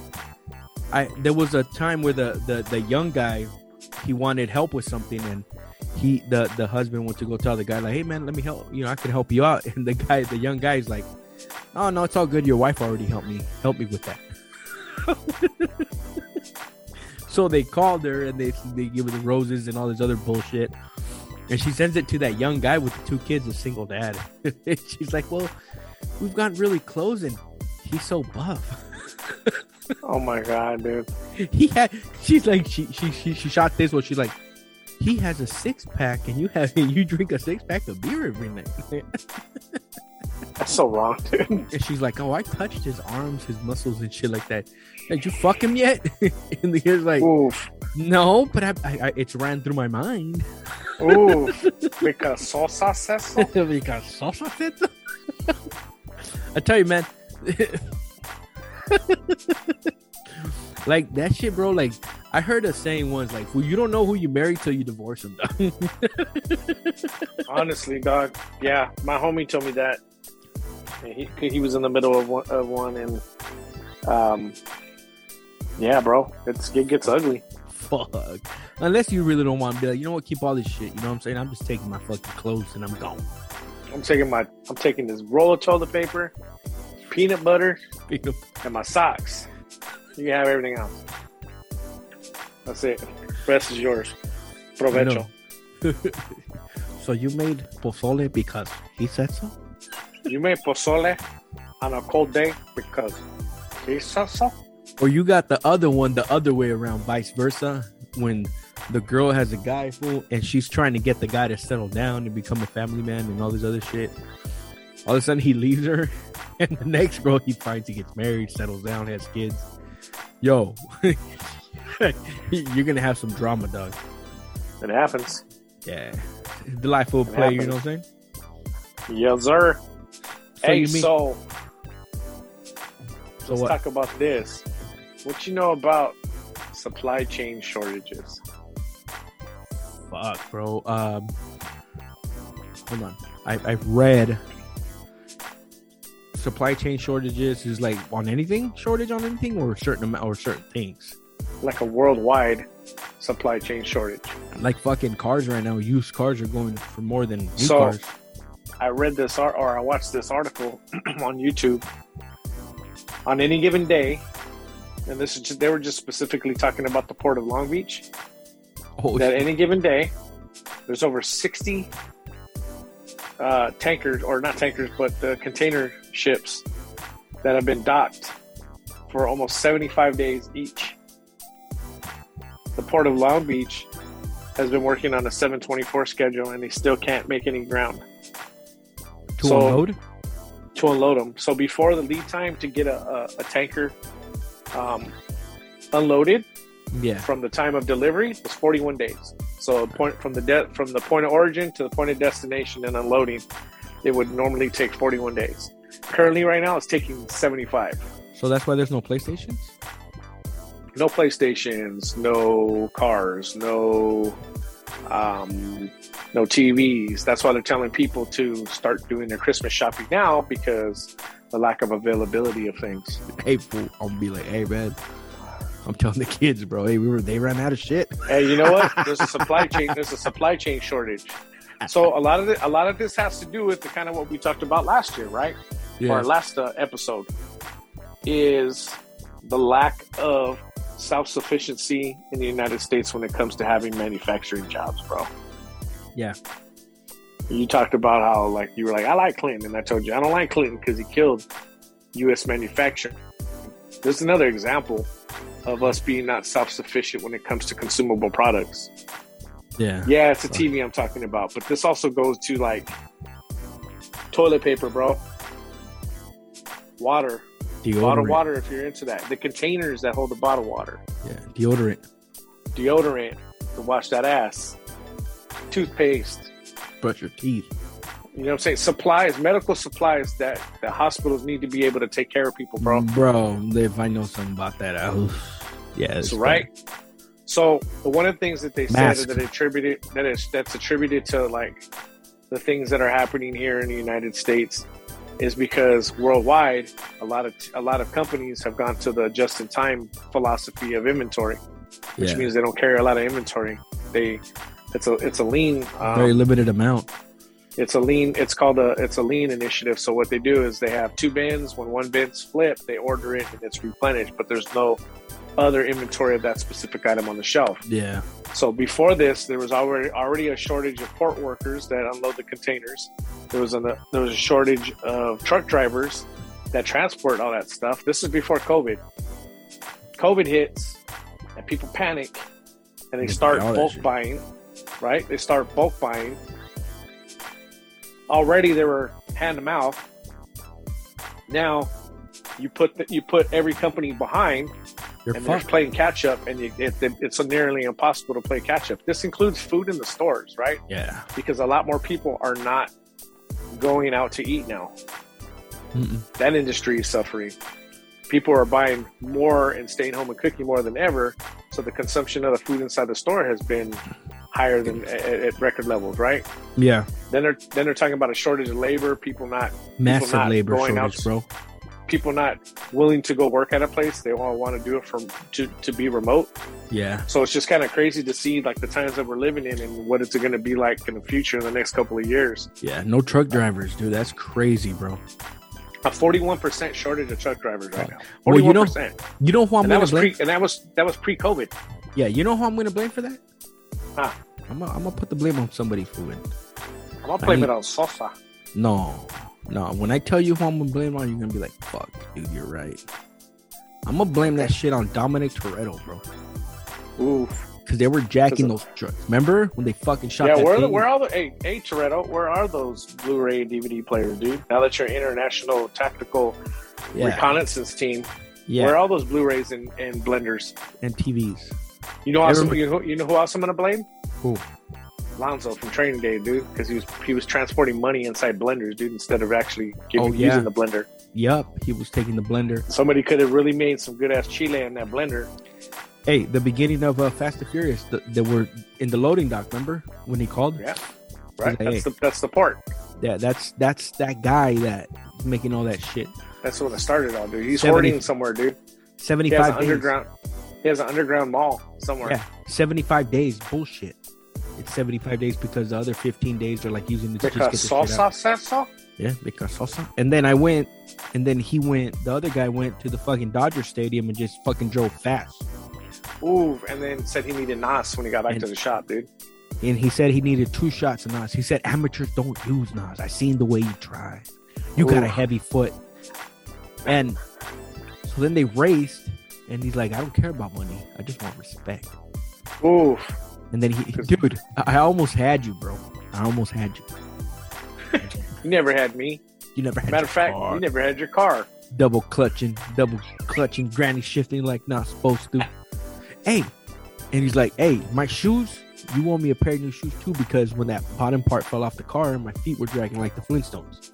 E: I there was a time where the the the young guy he wanted help with something and he the the husband went to go tell the guy like hey man let me help you know i can help you out and the guy the young guy's like oh no it's all good your wife already helped me help me with that so they called her and they they give her the roses and all this other bullshit. And she sends it to that young guy with the two kids, a single dad. She's like, Well, we've gotten really close and he's so buff.
F: Oh my god, dude.
E: he had she's like she she she, she shot this one she's like he has a six pack and you have you drink a six pack of beer every night
F: That's so wrong, dude.
E: and she's like oh i touched his arms his muscles and shit like that did you fuck him yet and the kid's like
F: Oof.
E: no but I, I, I it's ran through my mind
F: Oof. Make a salsa sesso?
E: Because salsa fits. i tell you man like that shit bro like i heard a saying once like well you don't know who you marry till you divorce them
F: Honestly, dog. Yeah, my homie told me that. And He, he was in the middle of one, of one and um, yeah, bro, it's, it gets ugly.
E: fuck. Unless you really don't want to be like, you know what, keep all this shit. You know what I'm saying? I'm just taking my fucking clothes and I'm gone.
F: I'm taking my, I'm taking this roll of toilet paper, peanut butter,
E: Pick up-
F: and my socks. You can have everything else. That's it. Rest is yours. Provecho.
E: so you made pozole because he said so?
F: You made pozole on a cold day because queso.
E: Or you got the other one the other way around, vice versa, when the girl has a guy fool and she's trying to get the guy to settle down and become a family man and all this other shit. All of a sudden he leaves her and the next girl he finds he gets married, settles down, has kids. Yo, you're gonna have some drama, dog.
F: It happens.
E: Yeah. Delightful
F: It
E: play, you
F: happens.
E: know what I'm saying?
F: Yes, sir.
E: So
F: hey,
E: you mean-
F: so
E: So
F: let's
E: what?
F: talk about this. What you know about supply chain shortages?
E: Fuck, bro. Um, hold on. I, I've read supply chain shortages is like on anything shortage on anything or certain amount or certain things.
F: Like a worldwide supply chain shortage.
E: Like fucking cars right now. Used cars are going for more than new
F: So-
E: cars.
F: I read this ar- or I watched this article on YouTube. On any given day, and this is just, they were just specifically talking about the port of Long Beach.
E: Oh,
F: That any given day, there's over sixty uh, tankers or not tankers, but the container ships that have been docked for almost seventy-five days each. The port of Long Beach has been working on a seven twenty-four schedule, and they still can't make any ground
E: to
F: so-
E: unload.
F: to unload them. So before the lead time to get a, a, a tanker um, unloaded
E: Yeah.
F: from the time of delivery was 41 days. So point from the de- from the point of origin to the point of destination and unloading, it would normally take 41 days. Currently, right now, it's taking 75.
E: So that's why there's no PlayStations.
F: No PlayStations, no cars, no um, no TVs. That's why they're telling people to start doing their Christmas shopping now because the lack of availability of things.
E: Hey, fool. I'll be like, hey, man. I'm telling the kids, bro. Hey, we were they ran out of shit.
F: Hey, you know what? There's a supply chain. There's a supply chain shortage. So a lot of the, a lot of this has to do with the kind of what we talked about last year, right? Or our last uh, episode is the lack of self sufficiency in the United States when it comes to having manufacturing jobs, bro.
E: Yeah.
F: You talked about how like you were like I like Clinton, and I told you I don't like Clinton because he killed U.S. manufacturing. There's another example of us being not self sufficient when it comes to consumable products.
E: Yeah.
F: Yeah, it's a TV I'm talking about, but this also goes to like toilet paper, bro. Water, bottled
E: Deodorant.
F: water if you're into that. The containers that hold the bottled water,
E: Yeah. Deodorant.
F: deodorant to wash that ass, toothpaste.
E: Brush your teeth.
F: You know what I'm saying? Supplies, medical supplies that the hospitals need to be able to take care of people, bro.
E: Bro, if I know something about that, I will. Yeah, it's
F: So, right. So one of the things that they
E: Mask.
F: said that attributed that is that's attributed to like the things that are happening here in the United States is because worldwide a lot of a lot of companies have gone to the just in time philosophy of inventory,
E: Yeah.
F: which means they don't carry a lot of inventory. They it's a it's a lean um,
E: Very limited amount.
F: It's a lean. It's called a. It's a lean initiative. So what they do is they have two bins. When one bin's flipped, they order it and it's replenished. But there's no other inventory of that specific item on the shelf.
E: Yeah.
F: So before this, there was already already a shortage of port workers that unload the containers. There was a there was a shortage of truck drivers that transport all that stuff. This is before COVID. COVID hits, and people panic, and they
E: They
F: start
E: buy all that
F: bulk
E: shit.
F: buying. Right? They start bulk buying. Already they were hand to mouth. Now you put the, you put every company behind
E: You're
F: and they're
E: fucked.
F: playing catch up, and you, it, it, it's nearly impossible to play catch up. This includes food in the stores, right?
E: yeah.
F: Because a lot more people are not going out to eat now.
E: Mm-mm.
F: That industry is suffering. People are buying more and staying home and cooking more than ever, so the consumption of the food inside the store has been higher than at, at record levels, right?
E: Yeah.
F: Then they're then they're talking about a shortage of labor, people not
E: Massive
F: not
E: labor
F: going out
E: shortage, bro.
F: people not willing to go work at a place. They all want to do it from to, to be remote.
E: Yeah.
F: So it's just kind of crazy to see like the times that we're living in and what it's going to be like in the future in the next couple of years.
E: Yeah. No truck drivers, dude. That's crazy, bro.
F: A forty-one percent shortage of truck drivers right now.
E: Well, you
F: Forty-one
E: know-
F: percent,
E: You know who I'm
F: and that
E: gonna
F: was
E: blame?
F: pre, and that was that was pre-COVID.
E: yeah. You know who I'm gonna blame for that?
F: Huh.
E: I'm gonna I'm gonna put the blame on somebody for it.
F: I'm gonna blame
E: mean-
F: it on Sosa.
E: No, no. When I tell you who I'm gonna blame on, you're gonna be like, "Fuck, dude, you're right." I'm gonna blame that shit on Dominic Toretto, bro,
F: Ooh,
E: because they were jacking those trucks. Remember when they fucking shot?
F: yeah.
E: that
F: Where, are the-
E: thing?
F: where are the hey, hey Toretto? Where are those Blu-ray and DVD players, dude? Now that you're international tactical
E: yeah,
F: reconnaissance team,
E: yeah,
F: where are all those Blu-rays and, and blenders?
E: and TVs.
F: You know, who else,
E: Everybody-
F: you, know, you know who else I'm gonna blame?
E: Who?
F: Lonzo from Training Day, dude, because he was he was transporting money inside blenders, dude, instead of actually giving,
E: Oh, yeah.
F: using the blender.
E: Yup, he was taking the blender.
F: Somebody could have really made some good ass chile in that blender.
E: Hey, the beginning of uh, Fast and Furious, th- they were in the loading dock. Remember when he called?
F: Yeah, right.
E: Yeah, yeah.
F: That's the that's the part.
E: Yeah, that's that's that guy that's making all that shit.
F: That's what I started on, dude. He's
E: 70
F: hoarding somewhere, dude. He has an
E: Seventy-five days.
F: underground. He has an underground mall somewhere.
E: Yeah, seventy-five days. Bullshit. It's seventy-five days because the other fifteen days are like using it to just get the
F: Because
E: shit out.
F: salsa, salsa.
E: Yeah, because salsa. And then I went, and then he went. The other guy went to the fucking Dodger Stadium and just fucking drove fast.
F: Ooh, and then said he needed Nas when he got back
E: And-
F: to the shop, dude.
E: And he said he needed two shots of Nas. He said amateurs don't use Nas. I seen the way you try. You got a
F: Ooh.
E: heavy foot. And so then they raced, and he's like, I don't care about money. I just want respect.
F: Ooh,
E: And then he, dude, I I almost had you, bro. I almost had you.
F: you never had me.
E: You never had
F: Matter
E: your
F: of fact,
E: car.
F: you never had your car.
E: double clutching, double clutching, granny shifting like not supposed to. Hey, and he's like, hey, my shoes, you want me a pair of new shoes too because when that bottom part fell off the car, my feet were dragging like the Flintstones.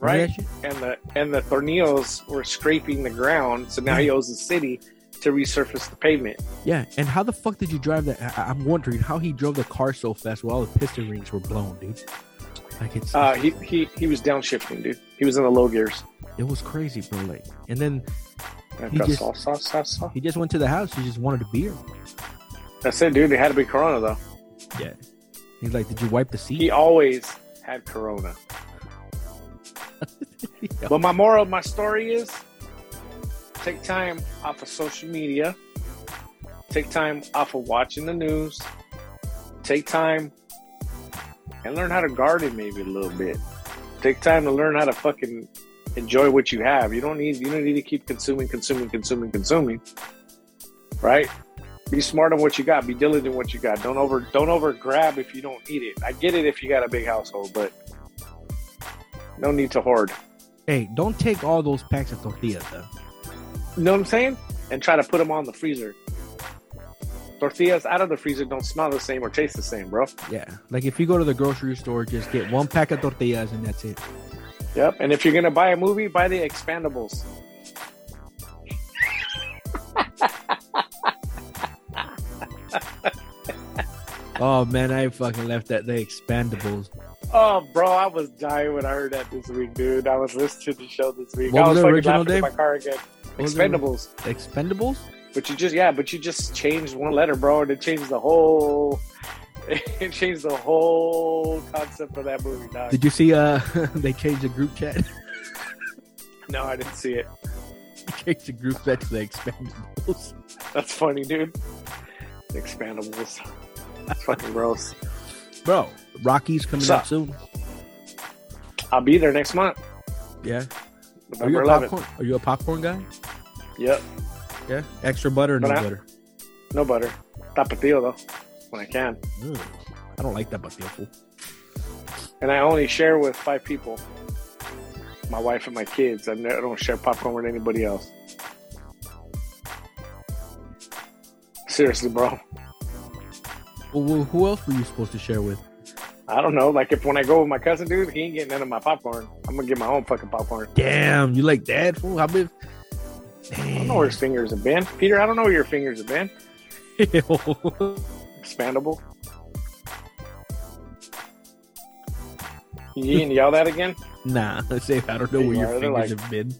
E: Remember
F: Right.
E: that shit?
F: and the and the tornillos were scraping the ground. So now he
E: Mm.
F: owes the city to resurface the pavement.
E: Yeah. And how the fuck did you drive that? I- I'm wondering how he drove the car so fast while all the piston rings were blown, dude. Like it's
F: Uh, he, he he was downshifting, dude. He was in the low gears.
E: it was crazy, bro. Like, and then
F: I've
E: He
F: got
E: just-
F: sauce, sauce, sauce, sauce.
E: he just went to the house. He just wanted a beer.
F: That's it, dude. They had a big Corona though.
E: He's like, did you wipe the seat?
F: He always had Corona. But my moral of my story is take time off of social media, take time off of watching the news, take time and learn how to garden maybe a little bit. Take time to learn how to fucking enjoy what you have. You don't need you don't need to keep consuming, consuming, consuming, consuming. Right? Be smart on what you got. Be diligent in what you got. Don't over don't over grab if you don't need it. I get it if you got a big household, but no need to hoard.
E: hey, don't take all those packs of tortillas, though.
F: You know what I'm saying? And try to put them on the freezer. Tortillas out of the freezer don't smell the same or taste the same, bro.
E: Yeah, like if you go to the grocery store, just get one pack of tortillas and that's it.
F: Yep. And if you're gonna buy a movie, buy the expandables.
E: Oh man, I fucking left that the expandables.
F: Oh, bro, I was dying when I heard that this week, dude. I was listening to the show this week.
E: What
F: I
E: was
F: was,
E: the
F: fucking
E: original
F: laughing in
E: name?
F: my car again.
E: was the-
F: Expendables.
E: Expendables?
F: But you just yeah, but you just changed one letter, bro, and it changed the whole It changed the whole concept of that movie. Dog.
E: Did you see? Uh, they changed the group chat.
F: no, I didn't see it.
E: they changed the group chat to the expendables.
F: That's funny, dude. Expandables. That's fucking gross.
E: Bro, Rocky's coming
F: Sup?
E: up soon.
F: I'll be there next month,
E: Yeah. Are you
F: November
E: a
F: 11th.
E: popcorn? Are you a popcorn guy?
F: Yep.
E: Yeah. Extra butter, no
F: But I-
E: butter.
F: No butter. Tapatio though, when I can.
E: Ugh. I don't like that, but fool.
F: And I only share with five people. My wife and my kids. I ne- I don't share popcorn with anybody else. Seriously, bro.
E: Well, well, who else were you supposed to share with?
F: I don't know. Like if when I go with my cousin, dude, he ain't getting none of my popcorn. I'm gonna get my own fucking popcorn.
E: Damn, you like that, fool? How big?
F: I don't know where his fingers have been, Peter. I don't know where your fingers have been.
E: Ew.
F: Expandable. You can yell that again.
E: nah, let's say I don't know
F: They
E: where your
F: are, they're
E: fingers
F: like-
E: have been.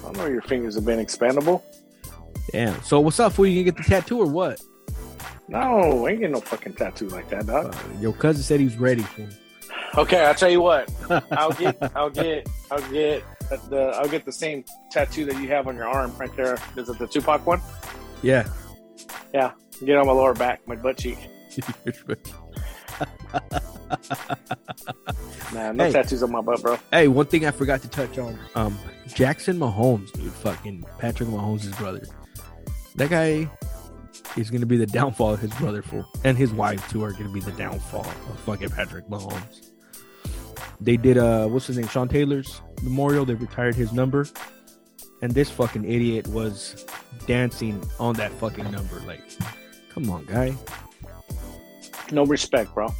F: I don't know where your fingers have been. Expandable.
E: Damn. So what's up, fool? You gonna get the tattoo or what?
F: No, I ain't getting no fucking tattoo like that, dog.
E: Uh, your cousin said he's ready. Fool.
F: Okay, I'll tell you what. I'll get, I'll get, I'll get the, I'll get the same tattoo that you have on your arm right there. Is it the Tupac one?
E: Yeah.
F: Get it on my lower back, my butt cheek. Nah, no
E: Hey.
F: tattoos on my butt, bro.
E: hey, one thing I forgot to touch on. Um, Jackson Mahomes, dude, fucking Patrick Mahomes' brother. That guy is gonna be the downfall of his brother fool. And his wife too are gonna be the downfall of fucking Patrick Mahomes. They did uh what's his name? Sean Taylor's memorial. They retired his number. And this fucking idiot was dancing on that fucking number. Like, come on, guy.
F: No respect, bro.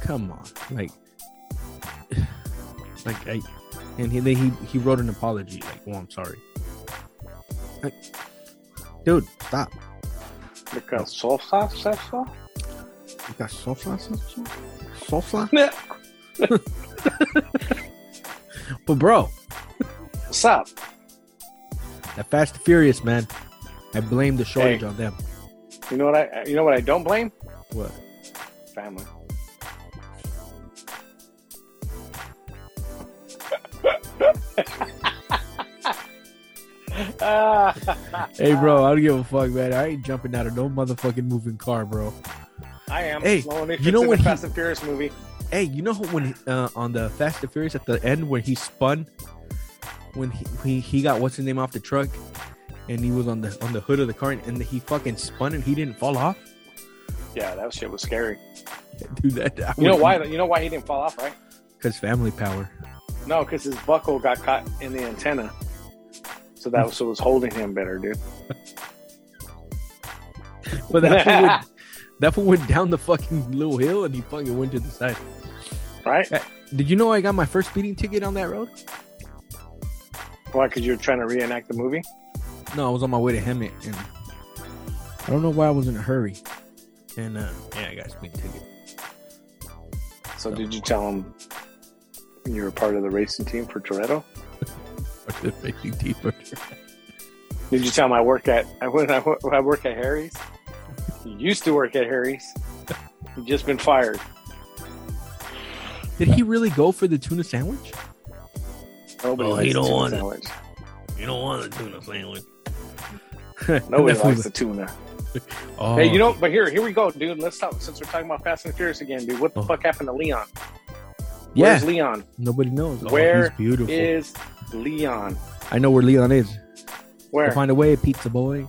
E: come on like like i and he then he he wrote an apology like oh i'm sorry like dude stop
F: Because salsa, salsa.
E: you got salsa salsa salsa
F: Yeah.
E: but bro
F: What's up?
E: that fast and furious man i blame the shortage
F: Hey.
E: on them
F: You know what I? You know what I don't blame?
E: what
F: Family. Ah,
E: hey bro i don't give a fuck man i ain't jumping out of no motherfucking moving car bro
F: I am.
E: Hey,
F: Sloan, if
E: you
F: it's
E: know
F: in
E: when
F: the
E: he-
F: Fast and Furious movie?
E: hey you know how when uh, on the fast and furious at the end where he spun when he, he he got what's his name off the truck and he was on the on the hood of the car and, and he fucking spun and he didn't fall off
F: Yeah, that shit was scary.
E: Yeah, dude that I
F: You know
E: would-
F: why? You know why he didn't fall off, right?
E: Cause family power.
F: No, because his buckle got caught in the antenna, so
E: Hmm.
F: that was, so it was holding him better, dude.
E: But that fool went, that fool went down the fucking little hill and he fucking went to the side.
F: Right?
E: Did you know I got my first speeding ticket on that road?
F: Why? Because you're trying to reenact the movie.
E: No, I was on my way to Hemet and I don't know why I was in a hurry. And uh, yeah, I got a speeding ticket.
F: So did you tell him you were part of the racing team for Toretto? Did you tell him I work at I went I, wo- I work at Harry's? You used to work at Harry's. You just been fired.
E: Did he really go for the tuna sandwich?
F: Nobody
E: Oh,
F: likes
E: he don't
F: the tuna
E: want it.
F: sandwich.
E: You don't want a tuna sandwich.
F: Nobody likes the tuna.
E: oh,
F: Hey, you know, but here, here we go, dude. Let's talk since we're talking about Fast and Furious again, dude. What the
E: Oh.
F: fuck happened to Leon?
E: yeah,
F: Where's Leon?
E: nobody knows. Oh,
F: Where
E: he's beautiful.
F: Is Leon?
E: I know where Leon is.
F: Where?
E: We'll find a way, pizza boy.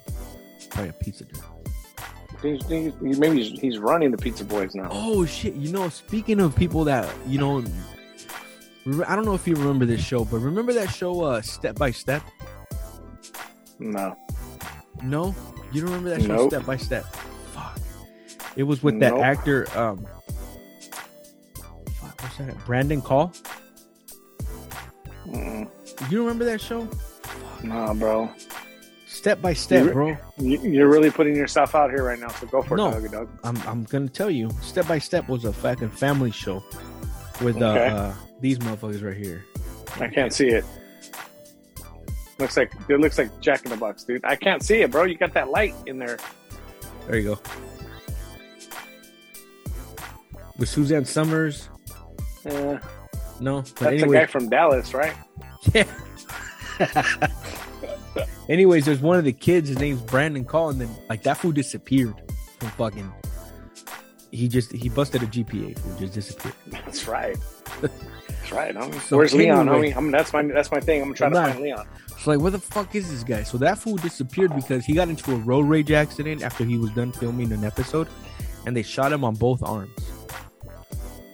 E: Probably a pizza dude.
F: Dude, dude, Maybe he's, he's running the Pizza Boys now.
E: Oh shit! You know, speaking of people that you know, re- I don't know if you remember this show, but remember that show, uh, Step by Step?
F: No.
E: No, you don't remember that show,
F: Nope.
E: Step by Step. Fuck! It was with that
F: Nope.
E: actor. Um, fuck, what's that? Brandon Call.
F: Mm,
E: You remember that show,
F: nah, bro.
E: Step by Step,
F: You re-
E: bro?
F: You, you're really putting yourself out here right now, so go for
E: No.
F: it, doggy dog.
E: I'm I'm gonna tell you. Step by Step was a fucking family show with uh,
F: Okay.
E: uh these motherfuckers right here.
F: I can't see it. Looks like it looks like Jack in the Box, dude. I can't see it, bro. You got that light in there.
E: There you go. with Suzanne Summers.
F: Yeah,
E: No, Uh, but
F: that's the
E: anyway,
F: guy from Dallas, right?
E: Yeah. Anyways, there's one of the kids. His name's Brandon Call, and then like that fool disappeared from fucking. He just he busted a GPA. Fool just disappeared.
F: That's right. That's right. Homie.
E: So
F: Where's Leon,
E: anyway-
F: homie? I'm, that's my that's my thing. I'm trying
E: Nah.
F: to find Leon.
E: So like, where the fuck is this guy? So that fool disappeared because he got into a road rage accident after he was done filming an episode, and they shot him on both arms.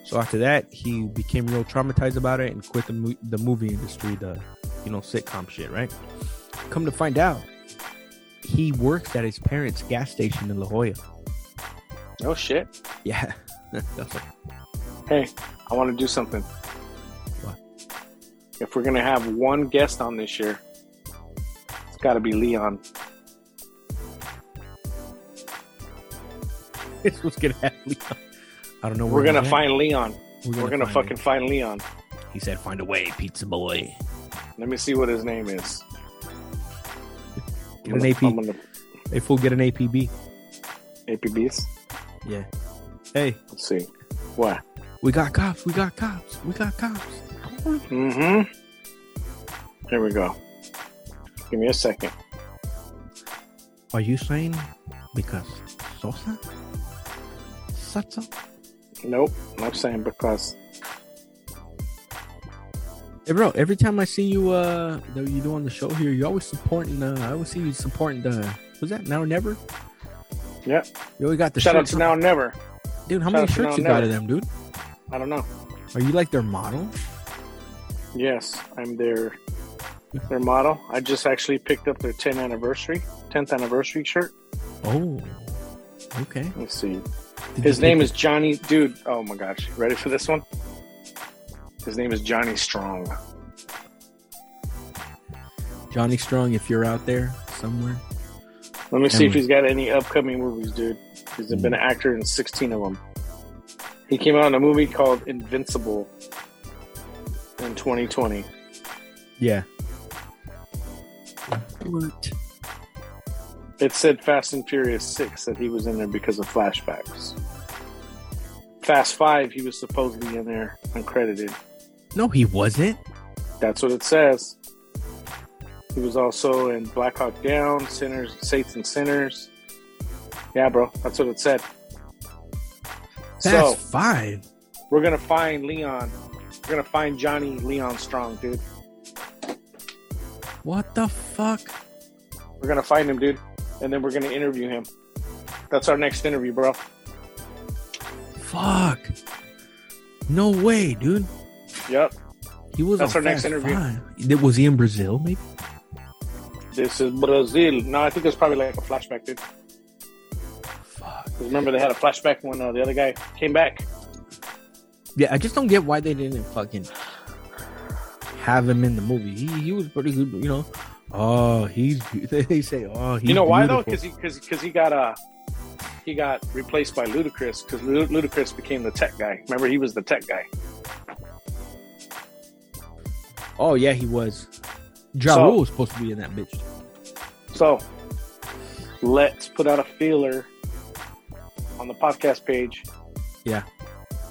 E: So after that, he became real traumatized about it and quit the mo- the movie industry, the you know sitcom shit, right? Come to find out, he works at his parents' gas station in La Jolla.
F: No Oh, shit.
E: Yeah, that's like,
F: Hey, I want to do something.
E: What?
F: If we're gonna have one guest on this year, it's got to be Leon.
E: this was gonna happen. I don't know.
F: We're gonna
E: he's at.
F: find Leon.
E: We're
F: We're gonna
E: find
F: fucking find Leon.
E: him. He said, "Find a way, pizza boy."
F: Let me see what his name is.
E: Get an AP.
F: gonna,
E: They fool get an APB.
F: APBs.
E: Yeah. Hey,
F: Let's see. What?
E: we got cops. We got cops. We got cops.
F: Mm-hmm. Here we go. Give me a second.
E: Are you saying because Sosa? Sosa?
F: Nope. I'm saying because
E: Hey, bro, every time I see you, uh, that you do on the show here, you always supporting, uh, I always see you supporting the, was that Now or Never?
F: Yep.
E: You always got the
F: shout out
E: shirts
F: to
E: on.
F: Now and Never.
E: Dude, how
F: shout
E: many
F: out to Now
E: shirts
F: or
E: you got
F: Never.
E: of them, dude?
F: I don't know.
E: Are you like their model?
F: Yes, I'm their their model. I just actually picked up their 10th anniversary, 10th anniversary shirt.
E: Oh, okay.
F: Let's see.
E: Did
F: His
E: you
F: name
E: pick-
F: is Johnny. Dude, oh my gosh, ready for this one? His name is Johnny Strong.
E: Johnny Strong. If you're out there somewhere,
F: Let me see if
E: Emily.
F: he's got any upcoming movies, dude. He's been an actor in 16 of them. He came out in a movie called Invincible in 2020.
E: yeah. What?
F: It said Fast and Furious 6 that he was in there because of flashbacks. Fast 5, he was supposedly in there uncredited.
E: No, he wasn't.
F: That's what it says. He was also in Black Hawk Down, Sinners, Saints and Sinners. Yeah, bro, that's what it said.
E: That's
F: so
E: five.
F: we're gonna find Leon. We're gonna find Johnny Leon Strong, dude.
E: What the fuck?
F: We're gonna find him, dude, and then we're gonna interview him. That's our next interview, bro.
E: Fuck. No way, dude.
F: Yep.
E: He was.
F: That's
E: on
F: our next
E: Fast
F: interview.
E: Five. Th- Was he in Brazil? Maybe.
F: This is Brazil. No, I think it's probably like a flashback, dude.
E: Fuck.
F: 'Cause Remember, they had a flashback when uh, the other guy came back.
E: Yeah, I just don't get why they didn't fucking have him in the movie. He he was pretty good, you know. Oh, he's. be- They say, oh, he's
F: you know why
E: beautiful.
F: though? Because he because because he got uh he got replaced by Ludacris because Ludacris became the tech guy. Remember, he was the tech guy.
E: Oh yeah, he was. Ja
F: So-
E: Rule was supposed to be in that bitch.
F: So let's put out a feeler on the podcast page.
E: Yeah.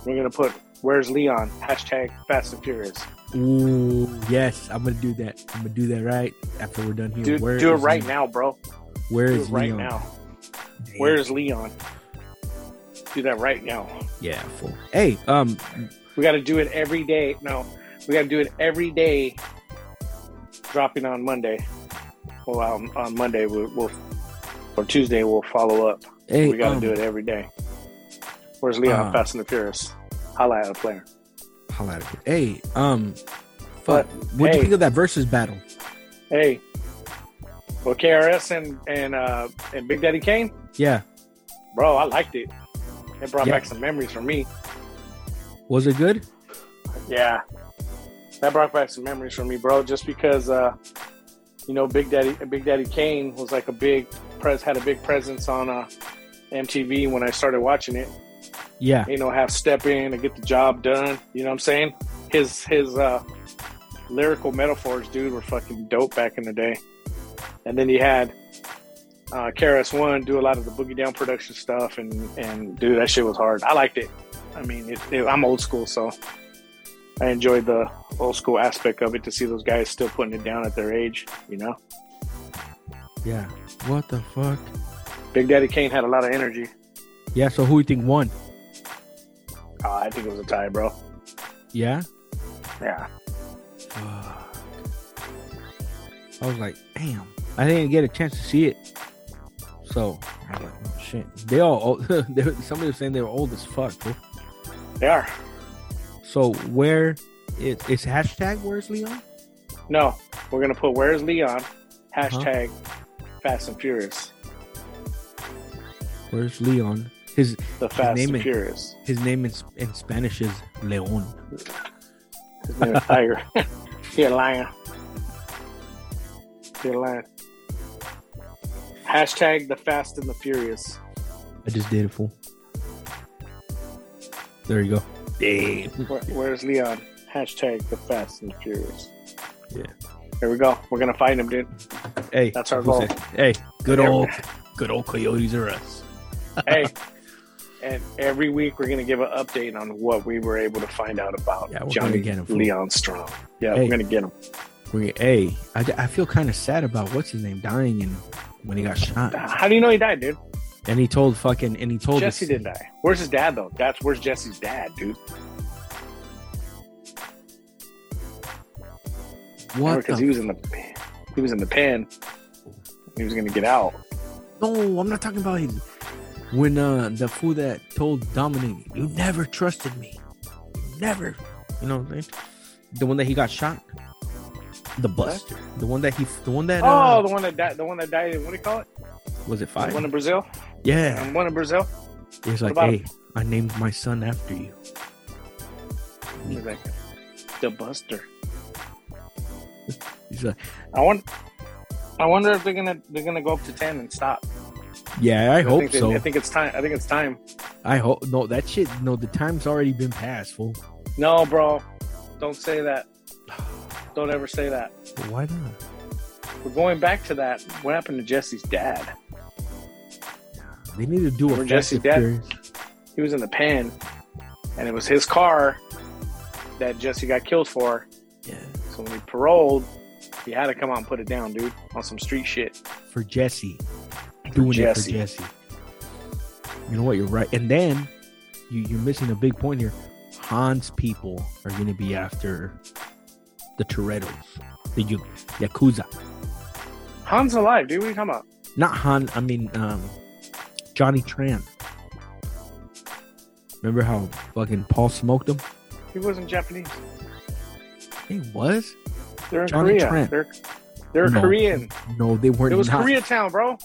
F: we're gonna put "Where's Leon?" hashtag Fast and Furious.
E: Ooh, yes, I'm gonna do that. I'm gonna do that right after we're done here.
F: Dude,
E: Where
F: do it
E: is
F: right
E: Leon?
F: now, bro.
E: Where
F: Do
E: is
F: it right
E: Leon?
F: now.
E: Damn.
F: Where's Leon? Do that right now.
E: yeah? Fool. Hey, um,
F: We got to do it every day. No, we got to do it every day. Dropping on Monday. Well, on, on Monday we'll, we'll or Tuesday we'll follow up.
E: hey,
F: we got to
E: um,
F: do it every day. Where's Leon?
E: uh,
F: Fast and the Furious. Highlight a player.
E: Holla at it. Hey, um, fuck.
F: But,
E: What'd you
F: hey.
E: think of that versus battle?
F: Hey. Well, KRS and and uh, and Big Daddy Kane,
E: Yeah,
F: bro, I liked it. It brought
E: Yeah.
F: back some memories for me.
E: was it good?
F: Yeah, that brought back some memories for me, bro. Just because, uh, you know, Big Daddy, Big Daddy Kane was like a big pres had a big presence on uh, MTV when I started watching it.
E: Yeah,
F: You know, have step in and get the job done. You know what I'm saying? His his uh, lyrical metaphors, dude, were fucking dope back in the day. And then you had uh, KRS One do a lot of the boogie down production stuff, and and dude, that shit was hard. I liked it. I mean, it, it, I'm old school, so I enjoyed the old school aspect of it to see those guys still putting it down at their age. You know,
E: Yeah. What the fuck?
F: Big Daddy Kane had a lot of energy.
E: Yeah. So who you think won?
F: Ah, I think it was a tie, bro.
E: Yeah.
F: Yeah,
E: I was like, damn. I didn't get a chance to see it. So I was like, oh, shit. They all old. they were- somebody was saying they were old as fuck. Bro.
F: they are.
E: So where is it's hashtag where's Leon?
F: No, we're gonna put where's Leon?
E: Uh-huh.
F: Hashtag Fast and Furious.
E: Where's Leon? His
F: The Fast
E: name
F: and
E: is-
F: Furious.
E: his name in, in Spanish is Leon.
F: His name is Tiger. You're lying. You're lying. Hashtag the Fast and the Furious.
E: I just did it fool. There you go. Damn.
F: Where, where's Leon? Hashtag the Fast and the Furious.
E: Yeah.
F: Here we go. We're gonna find him, dude.
E: Hey,
F: That's our
E: who
F: goal.
E: said- Hey, good
F: There we
E: old, good old coyotes are us.
F: Hey. And every week we're gonna give an update on what we were able to find out about
E: Yeah, we're
F: Johnny
E: gonna get him, fool.
F: Leon Strong. Yeah,
E: Hey.
F: we're gonna get him.
E: We, hey, I, I feel kind of sad about what's his name dying and when he got shot.
F: How do you know he died, dude?
E: And he told fucking and he told
F: Ah. Jesse
E: us-
F: didn't die. Where's his dad though? That's where's Jesse's dad, dude.
E: What?
F: Because
E: The,
F: he was in the he was in the pen. He was gonna get out.
E: no, I'm not talking about his. When uh, the fool that told Dominic, "You never trusted me, You never," you know, what I mean? the one that he got shot, the Buster, the one that he, the one that
F: Oh,
E: uh,
F: the one that died. The one that died. in- What do you call it?
E: was it
F: The
E: five?
F: one in Brazil.
E: yeah,
F: And one in Brazil.
E: he's like,
F: about
E: "Hey,
F: him?
E: I named my son after you."
F: He's like the Buster.
E: He's like,
F: I want. I wonder if they're gonna they're gonna go up to ten and stop.
E: "Yeah, I hope
F: think they-
E: so.
F: I think it's time. I think it's time.
E: I hope no, that shit. No, the time's already been passed, fool.
F: No, bro, don't say that. Don't ever say that.
E: But why not?
F: We're going back to that. What happened to Jesse's dad?
E: They need to do a
F: Remember
E: Fast
F: Jesse
E: and
F: Depp?
E: Furious.
F: he was in the pen and it was his car that Jesse got killed for.
E: Yeah.
F: So when he paroled, he had to come out and put it down, dude, on some street shit.
E: For Jesse. Doing
F: Jesse.
E: it for Jesse. You know what? You're right. And then you, you're missing a big point here. Han's people are going to be after the Toretto's, the Yu- Yakuza.
F: Han's alive, dude. What are you talking about?
E: Not Han, I mean, um, Johnny Tran. Remember how fucking Paul smoked him?
F: He wasn't Japanese.
E: It was?
F: They're in
E: Johnny
F: Korea.
E: Trent.
F: They're they're
E: No.
F: Korean.
E: No, they weren't.
F: It was
E: not.
F: Koreatown, bro.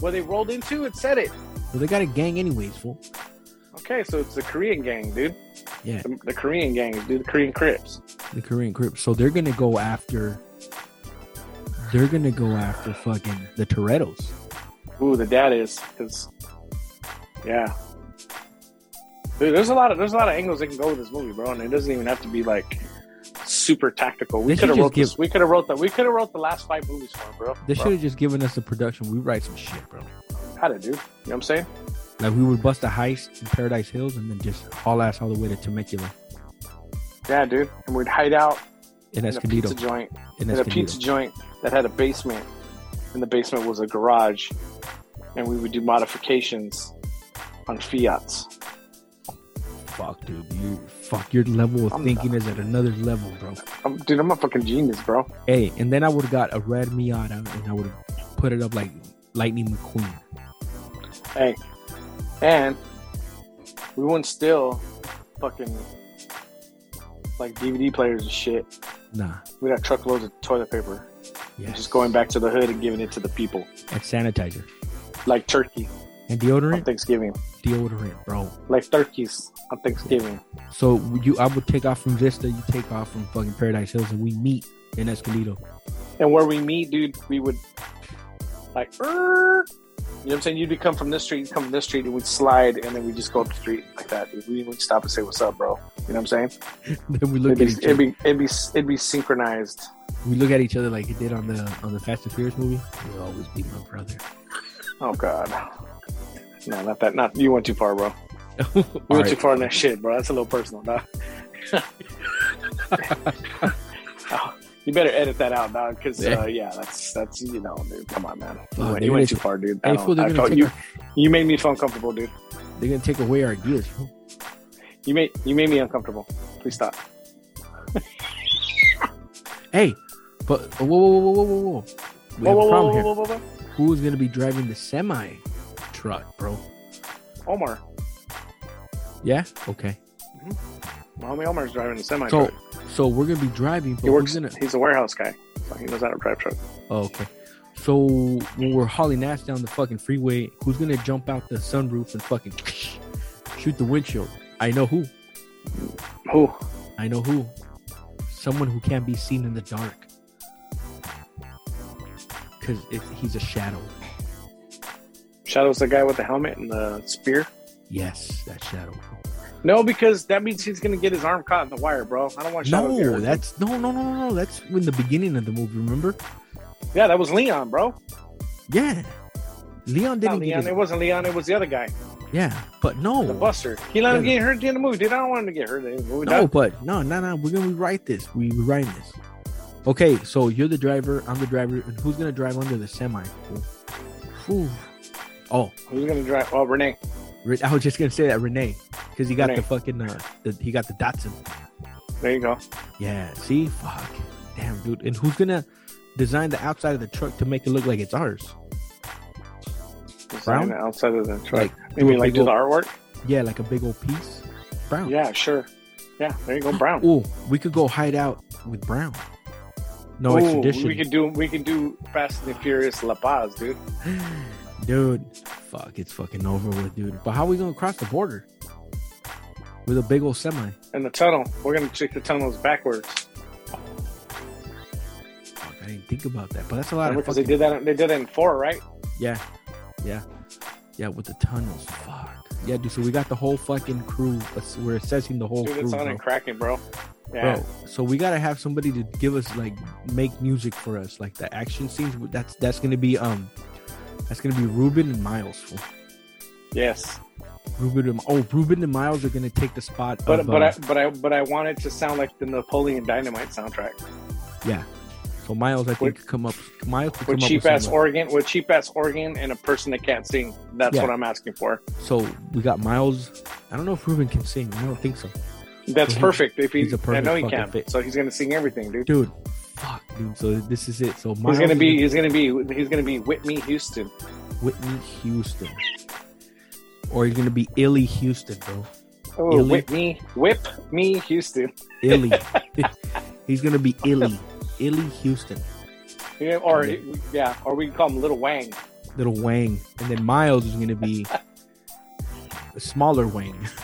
F: Where they rolled into, it said it.
E: Well, they got a gang, anyways, fool.
F: Okay, so it's the Korean gang, dude.
E: Yeah.
F: The, the Korean gangs, dude. The Korean Crips.
E: the Korean group. So they're gonna go after. They're gonna go after fucking the Toretto's.
F: Ooh, the dad is because, yeah, dude. There's a lot of there's a lot of angles that can go with this movie, bro, and it doesn't even have to be like super tactical. We
E: They
F: could
E: should
F: have
E: just
F: wrote this.
E: give-
F: We could have wrote the. We could have wrote the last five movies for him, bro.
E: They
F: Bro,
E: should have just given us the production. We write some shit, bro.
F: had it, dude. You know what I'm saying?
E: Like we would bust a heist in Paradise Hills and then just haul ass all the way to Temecula
F: Yeah, dude. And we'd hide out
E: in
F: in a pizza
E: Escondido.
F: joint.
E: In
F: In a pizza
E: Escondido.
F: joint that had a basement, and the basement was a garage, and we would do modifications on Fiat's.
E: Fuck, dude. You fuck. Your level of
F: I'm
E: thinking is at another level, bro.
F: I'm, dude, I'm a fucking genius, bro.
E: Hey, and then I would have got a red Miata and I would have put it up like Lightning McQueen.
F: Hey, and we wouldn't steal fucking like DVD players and shit.
E: Nah.
F: We'd have truckloads of toilet paper.
E: Yes.
F: Just going back to the hood and giving it to the people,
E: And sanitizer
F: like turkey
E: and
F: on
E: deodorant.
F: Thanksgiving,
E: Deodorant, bro.
F: like turkeys on Thanksgiving.
E: So you, I would take off from Vista, you take off from fucking Paradise Hills, and we meet in Escondido.
F: And where we meet, dude, we would like, "Er." you know what I'm saying? You'd be come from this street, you'd come from this street, and we'd slide, and then we just go up the street like that. Dude. We would stop and say, "What's up, bro?" You know what I'm saying?
E: then we
F: It'd
E: look
F: be,
E: at each
F: it'd
E: other.
F: be it'd be it'd be synchronized.
E: We look at each other like it did on the on the Fast and Furious movie. You'll always be my brother.
F: Oh God. No, not that. Not you went too far, bro. We
G: All
F: went
G: right.
F: too far in that shit, bro. That's a little personal, dog. Oh, you better edit that out, dog. Because
G: Yeah.
F: uh, yeah, that's that's you know, dude. Come on, man. You
E: Oh,
F: went,
E: they're
F: you
E: gonna
F: went too far, dude.
E: Hey,
F: I,
E: fool,
F: don't,
E: they're
F: I
E: gonna
F: felt
E: take
F: you.
E: our-
F: You made me feel uncomfortable, dude.
E: They're gonna take away our ideas. fool.
F: You made you made me uncomfortable. Please stop.
E: Hey, but whoa, whoa, whoa, whoa, whoa, whoa! We have
F: Whoa, whoa,
E: a problem
F: whoa, whoa,
E: here.
F: whoa, whoa, whoa,
E: Who's gonna be driving the semi truck, bro?
F: whoa. Omar,
E: Yeah. Okay.
F: my homie Omar's driving the semi.
E: So,
F: truck.
E: so we're gonna be driving. But
F: he works.
E: who's gonna?
F: He's a warehouse guy. So he knows how to drive truck.
E: Oh, okay. So when we're hauling ass down the fucking freeway, who's gonna jump out the sunroof and fucking shoot the windshield? I know who.
F: Who?
E: I know who. Someone who can't be seen in the dark. Cause it, he's a shadow.
F: Shadow's the guy with the helmet and the spear.
E: Yes, that shadow.
F: No, because that means he's gonna get his arm caught in the wire, bro. I don't want Shadow. to get
E: No,
F: hurt.
E: that's no, no, no, no, no. That's in the beginning of the movie. Remember?
F: yeah, that was Leon, bro.
E: Yeah. Leon didn't
F: Not
E: get
F: Leon.
E: his-
F: It wasn't Leon. It was the other guy,
E: yeah, but no,
F: the Buster. He let him
E: Yeah.
F: get hurt at the end of the movie, dude. I don't want him to get hurt at the end of the movie.
E: no,
F: dog.
E: but no, no, no. We're gonna rewrite this. We rewrite this. Okay, so you're the driver. I'm the driver. And who's gonna drive under the semi? Ooh. Oh,
F: Who's gonna drive? Oh, Renee.
E: Re- I was just gonna say that Renee, because he got
F: Renee.
E: the fucking uh, the, he got the Datsun.
F: There you go.
E: Yeah. See, fuck, damn, dude. And who's gonna design the outside of the truck to make it look like it's ours?
F: Just
E: Brown?
F: on the outside of the truck.
E: Like,
F: You mean like
E: do
F: do
E: a
F: the
E: big
F: artwork?
E: old- yeah, like a big old piece. Brown.
F: Yeah, sure. Yeah, there you go, Brown.
E: Oh, we could go hide out with Brown. No
F: Ooh,
E: extradition.
F: We could do we could do Fast and the Furious La Paz, dude.
E: dude. Fuck, it's fucking over with, dude. But how we gonna cross the border with a big old semi?
F: And the tunnel. We're gonna check the tunnels backwards.
E: Fuck, I didn't think about that. But that's a lot
F: Remember,
E: of
F: because they
E: fucking,
F: did that. They did it in four, right?
E: yeah, yeah, yeah. With the tunnels, fuck. Yeah, dude. So we got the whole fucking crew. Let's- We're assessing the whole
F: Dude,
E: crew,
F: it's on
E: bro.
F: and cracking, bro. Yeah.
E: Bro, so we gotta have somebody to give us like make music for us, like the action scenes. That's that's gonna be um, that's gonna be Ruben and Miles. fool.
F: Yes.
E: Ruben and oh, Ruben and Miles are gonna take the spot.
F: But
E: of,
F: but
E: uh,
F: I but I but I want it to sound like the Napoleon Dynamite soundtrack
E: so Miles, I think
F: With-
E: could come up. Miles could
F: with
E: come up
F: cheap ass
E: something.
F: organ with cheap ass organ and a person that can't sing. That's
E: Yeah.
F: what I'm asking for.
E: So we got Miles. I don't know if Ruben can sing. I don't think so,
F: That's
E: He's-
F: perfect. If he,
E: he's a
F: I
E: perfect
F: know he
E: fucking
F: can.
E: fit.
F: So he's gonna sing everything, dude.
E: dude. Fuck, dude. So this is it. So Miles
F: He's gonna
E: is
F: be. He's gonna be. He's gonna be Whitney Houston.
E: Whitney Houston, or he's gonna be Illy Houston, bro.
F: Oh,
E: Really?
F: Whitney, whip me, Houston.
E: Illy. he's gonna be Illy. Illy Houston.
F: Yeah, or yeah, or we can call him Little Wang.
E: little Wang, and then Miles is going to be a smaller Wang.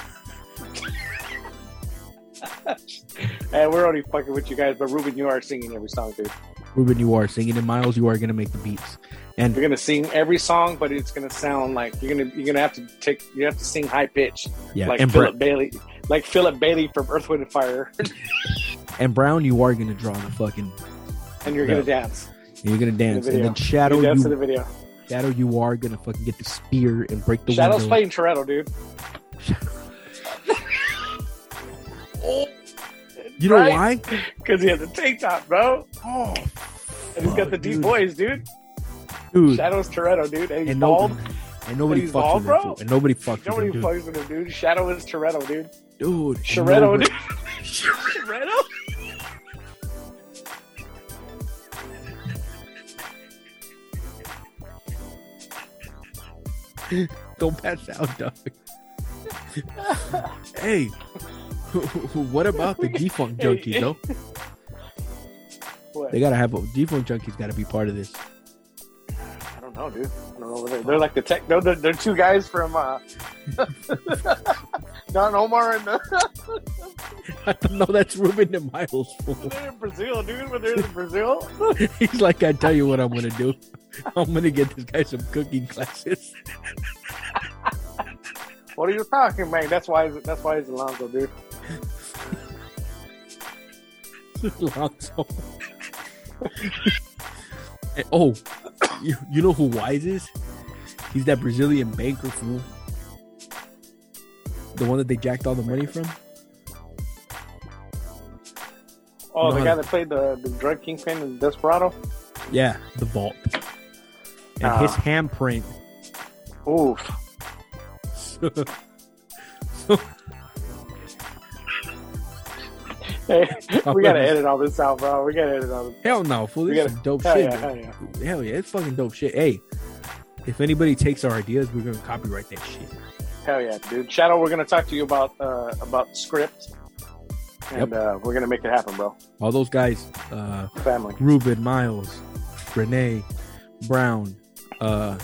F: And we're already fucking with you guys, but Ruben, you are singing every song, dude.
E: Ruben, you are singing, and Miles, you are going to make the beats.
F: You're
E: And
F: gonna sing every song, but it's gonna sound like you're gonna you're gonna have to take you have to sing high pitch,
E: yeah,
F: like
E: and, Bra-
F: Philip Bailey, like Philip Bailey from Earth, Wind and Fire,
E: and Brown, you are going to draw the fucking.
F: and you're
E: Yeah.
F: gonna dance.
E: and You're going to dance, and
F: video.
E: then Shadow,
F: you dance in the
E: you,
F: video.
E: Shadow, you are going to fucking get the spear and break the
F: Shadow's
E: window.
F: playing Toretto, dude.
E: you know
F: right?
E: why?
F: Because he has a tank top, bro,
E: Oh,
F: and he's got the deep
E: dude.
F: voice, dude.
E: dude,
F: Shadow's Toretto, dude, and he's
E: and
F: bald.
E: nobody, and nobody
F: He's
E: fucks
F: bald,
E: with him,
F: bro?
E: fool. and nobody fucks
F: Nobody
E: with him,
F: fucks with him, dude. Shadow is Toretto, dude.
E: dude. dude. and
F: Toretto,
E: nobody-
F: dude. Toretto?
E: Don't pass out, dog. hey, what about the defunct
F: Hey,
E: junkies, though?
F: What?
E: They gotta have defunct junkies. Gotta be part of this.
F: I don't know, dude. I don't know. They're, they're like the tech. No, they're, they're two guys from uh, Don Omar and uh, the,
E: I don't know. That's Ruben and Miles. fool.
F: they're in Brazil, dude. When they're in Brazil,
E: He's like, I tell you what, I'm gonna do. I'm gonna get this guy some cooking classes.
F: what are you talking, man? That's why. he's- That's why he's Alonzo, dude.
E: Lonzo. Hey, oh, you, you know who Wise is? He's that Brazilian banker fool. The one that they jacked all the money from?
F: Oh,
E: No.
F: the guy that played the, the drug kingpin in Desperado.
E: Yeah, the vault. And
F: Ah.
E: his handprint.
F: Oof.
E: So,
F: Hey,
E: Oh,
F: we gotta
E: goodness.
F: edit all this out, bro. We gotta edit all this.
E: hell no, fool. This
F: We
E: is some dope
F: Hell
E: Oh, shit.
F: yeah,
E: dude.
F: hell yeah.
E: Hell yeah, it's fucking dope shit. Hey, if anybody takes our ideas, we're gonna copyright that shit.
F: Hell yeah, dude. Shadow, we're gonna talk to you about uh, about script, and uh, we're gonna make it happen, bro.
E: All those guys, uh,
F: Family.
E: Ruben, Miles, Renee, Brown, uh,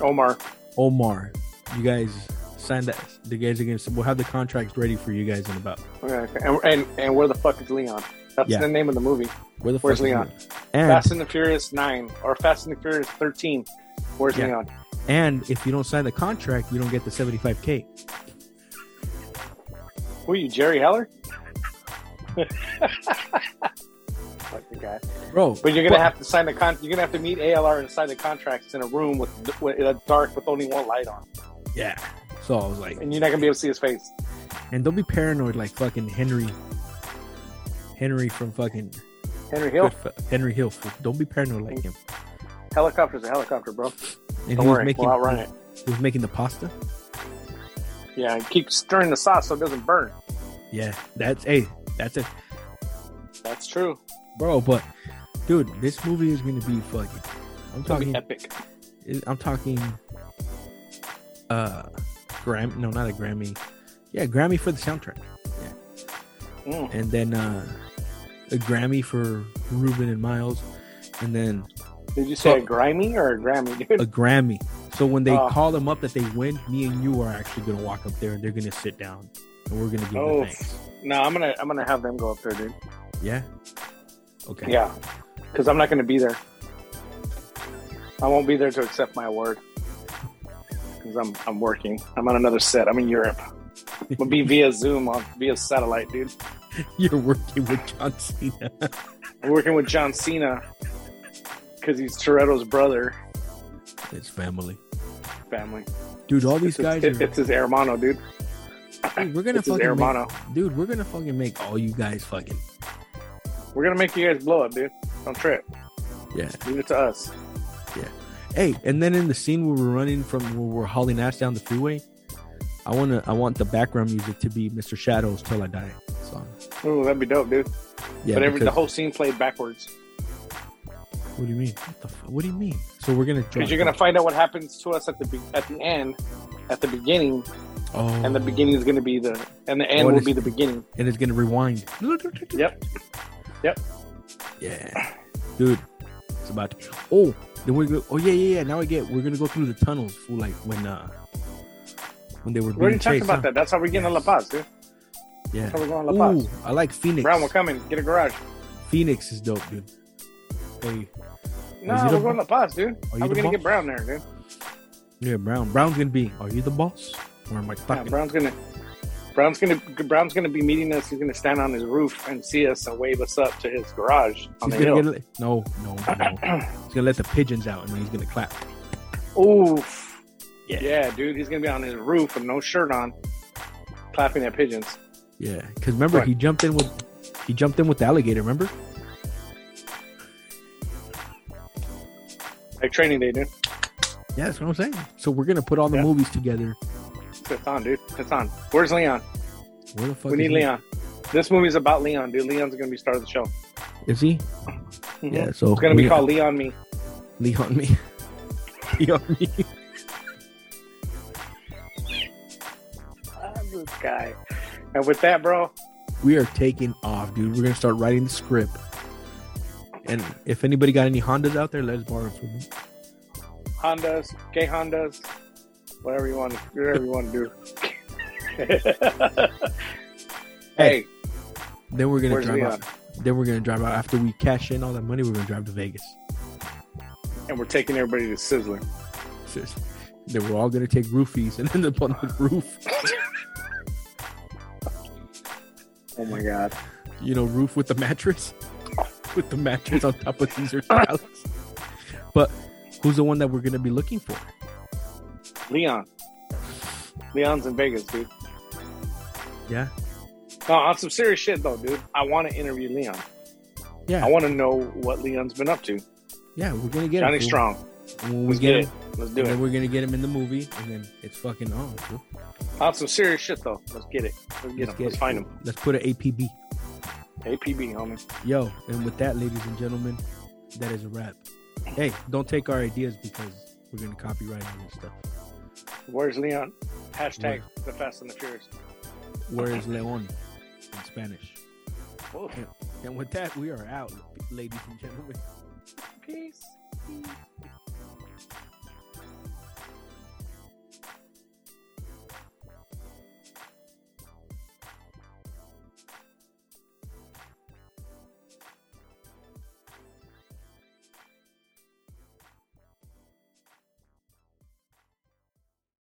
F: Omar.
E: Omar, you guys signed that. The guys against we'll have the contracts ready for you guys in about.
F: Okay. And, and and where the fuck is Leon? That's
E: Yeah.
F: the name of the movie.
E: Where the
F: Where's
E: fuck is
F: Leon?
E: it? And
F: Fast and the Furious Nine or Fast and the Furious Thirteen. Where's
E: Yeah.
F: Leon?
E: and if you don't sign the contract, you don't get the seventy five k.
F: Who are you, Jerry Heller? Fucking guy.
E: Bro,
F: But you're gonna have to sign the con. You're gonna have to meet ALR and sign the contracts in a room with, with in a dark with only one light on,
E: yeah. So I was like,
F: and you're not gonna be able to see his face.
E: and don't be paranoid like fucking Henry, Henry from fucking
F: Henry Hill,
E: Goodfe- Henry Hill. fool. Don't be paranoid like him.
F: helicopter's a helicopter, bro.
E: And
F: Don't
E: he was
F: worry,
E: making
F: we'll outrun it.
E: he was making the pasta.
F: Yeah, and keep stirring the sauce so it doesn't burn.
E: Yeah, that's hey, that's it,
F: That's true.
E: bro. But dude, this movie is gonna be fucking. I'm
F: It'll be
E: talking.
F: epic.
E: I'm talking. Uh, Grammy? No, not a Grammy. Yeah, Grammy for the soundtrack,
F: Mm.
E: and then uh, a Grammy for Ruben and Miles, and then
F: Did you say
E: Oh.
F: a grimy or a Grammy, dude?
E: a Grammy. So when they
F: Oh.
E: call them up that they win, me and you are actually gonna walk up there and they're gonna sit down and we're gonna give
F: Oh.
E: them thanks.
F: No, I'm gonna I'm gonna have them go up there, dude.
E: Yeah. Okay.
F: Yeah, because I'm not gonna be there. I won't be there to accept my award because I'm I'm working. I'm on another set. I'm in Europe. I'm gonna be via Zoom on via satellite, dude.
E: You're working with John Cena.
F: I'm working with John Cena because he's Toretto's brother.
E: it's family,
F: Family.
E: dude. All these
F: It's,
E: guys
F: it's,
E: are.
F: it's his Hermano, dude.
E: Dude, we're gonna
F: It's his
E: fucking make,
F: Hermano.
E: dude. We're gonna fucking make all you guys fucking.
F: We're gonna make you guys blow up, dude. Don't trip.
E: Yeah.
F: Leave it to us.
E: Hey, and then in the scene where we're running from, where we're hauling ass down the freeway, I wanna, I want the background music to be Mr. Shadows Till I Die song.
F: Ooh, that'd be dope, dude.
E: Yeah.
F: but every the
E: because-
F: whole scene played backwards.
E: what do you mean? What the? Fu- what do you mean? So we're gonna.
F: because you're gonna find out what happens to us at the be- at the end, at the beginning,
E: Oh.
F: and the beginning is gonna be the and the end
E: What
F: will
E: is-
F: be the beginning.
E: Oh, and it's gonna rewind.
F: Yep. Yep.
E: Yeah, dude, it's about to. Oh, then we go. Oh yeah, yeah, yeah. Now I get. We're gonna go through the tunnels, fool. Like when uh, when they were.
F: We already
E: being
F: talked
E: chased,
F: about
E: huh?
F: that. That's how we're getting to La Paz, dude. That's how
E: Yeah.
F: we're going to La Paz.
E: Ooh, I like Phoenix.
F: Brown, we're coming. Get a garage.
E: Phoenix is dope, dude. Hey,
F: No,
E: you the
F: we're going to La Paz, dude.
E: Are
F: How
E: you
F: we
E: the
F: gonna
E: boss?
F: get Brown there, dude?
E: yeah, Brown. Brown's gonna be. Are you the boss? Or am I
F: Yeah,
E: fucking?
F: Brown's gonna. Brown's gonna Brown's gonna be meeting us. He's gonna stand on his roof and see us and wave us up to his garage on
E: he's
F: the
E: gonna
F: hill.
E: get a- no, no, no. he's gonna let the pigeons out, and then he's gonna clap.
F: Oof.
E: Yeah.
F: Yeah. dude. He's gonna be on his roof with no shirt on, clapping at pigeons.
E: Yeah, because remember
F: Right.
E: he jumped in with he jumped in with the alligator. Remember?
F: Like training day, dude.
E: Yeah, that's what I'm saying. So we're gonna put all the
F: Yeah.
E: movies together.
F: It's on, dude. It's on. Where's Leon?
E: Where the fuck
F: we
E: is
F: need
E: he?
F: Leon. This movie's about Leon, dude. Leon's gonna be star of the show.
E: Is he?
F: Mhm.
E: Yeah. So
F: It's gonna be
E: we-
F: called Leon Me.
E: Leon me. Leon me.
F: Ah, this guy. And with that, bro,
E: We are taking off, dude. We're gonna start writing the script. And if anybody got any Hondas out there, let us borrow from them.
F: Hondas, gay Hondas, whatever you want, whatever you want to do. hey,
E: Then we're gonna
F: Where's
E: drive
F: Leon?
E: out. Then we're gonna drive out after we cash in all that money. We're gonna drive to Vegas.
F: and we're taking everybody to Sizzler.
E: Sis. Then we're all gonna take roofies and end up on the roof.
F: Oh my god.
E: you know, roof with the mattress, with the mattress on top of Caesar's palace. But who's the one that we're gonna be looking for?
F: Leon. Leon's in Vegas, dude.
E: Yeah.
F: No, on some serious shit though, dude. I want to interview Leon.
E: Yeah.
F: I want to know what Leon's been up to.
E: Yeah, we're gonna get
F: Johnny
E: him. fool.
F: Strong.
E: When we
F: Let's
E: get
F: get
E: him,
F: it. Let's do
E: and then
F: it.
E: we're gonna get him in the movie, and then it's fucking on. fool.
F: On some serious shit though. Let's get it. Let's get him.
E: get
F: Let's
E: it.
F: find him.
E: Let's put an APB.
F: APB, homie.
E: Yo, and with that, ladies and gentlemen, that is a wrap. Hey, don't take our ideas because we're gonna copyright all this stuff.
F: Where's Leon? Hashtag the Fast and the Furious.
E: Where is Leon in Spanish?
F: Whoa.
E: And with that, we are out, ladies and gentlemen.
F: Peace.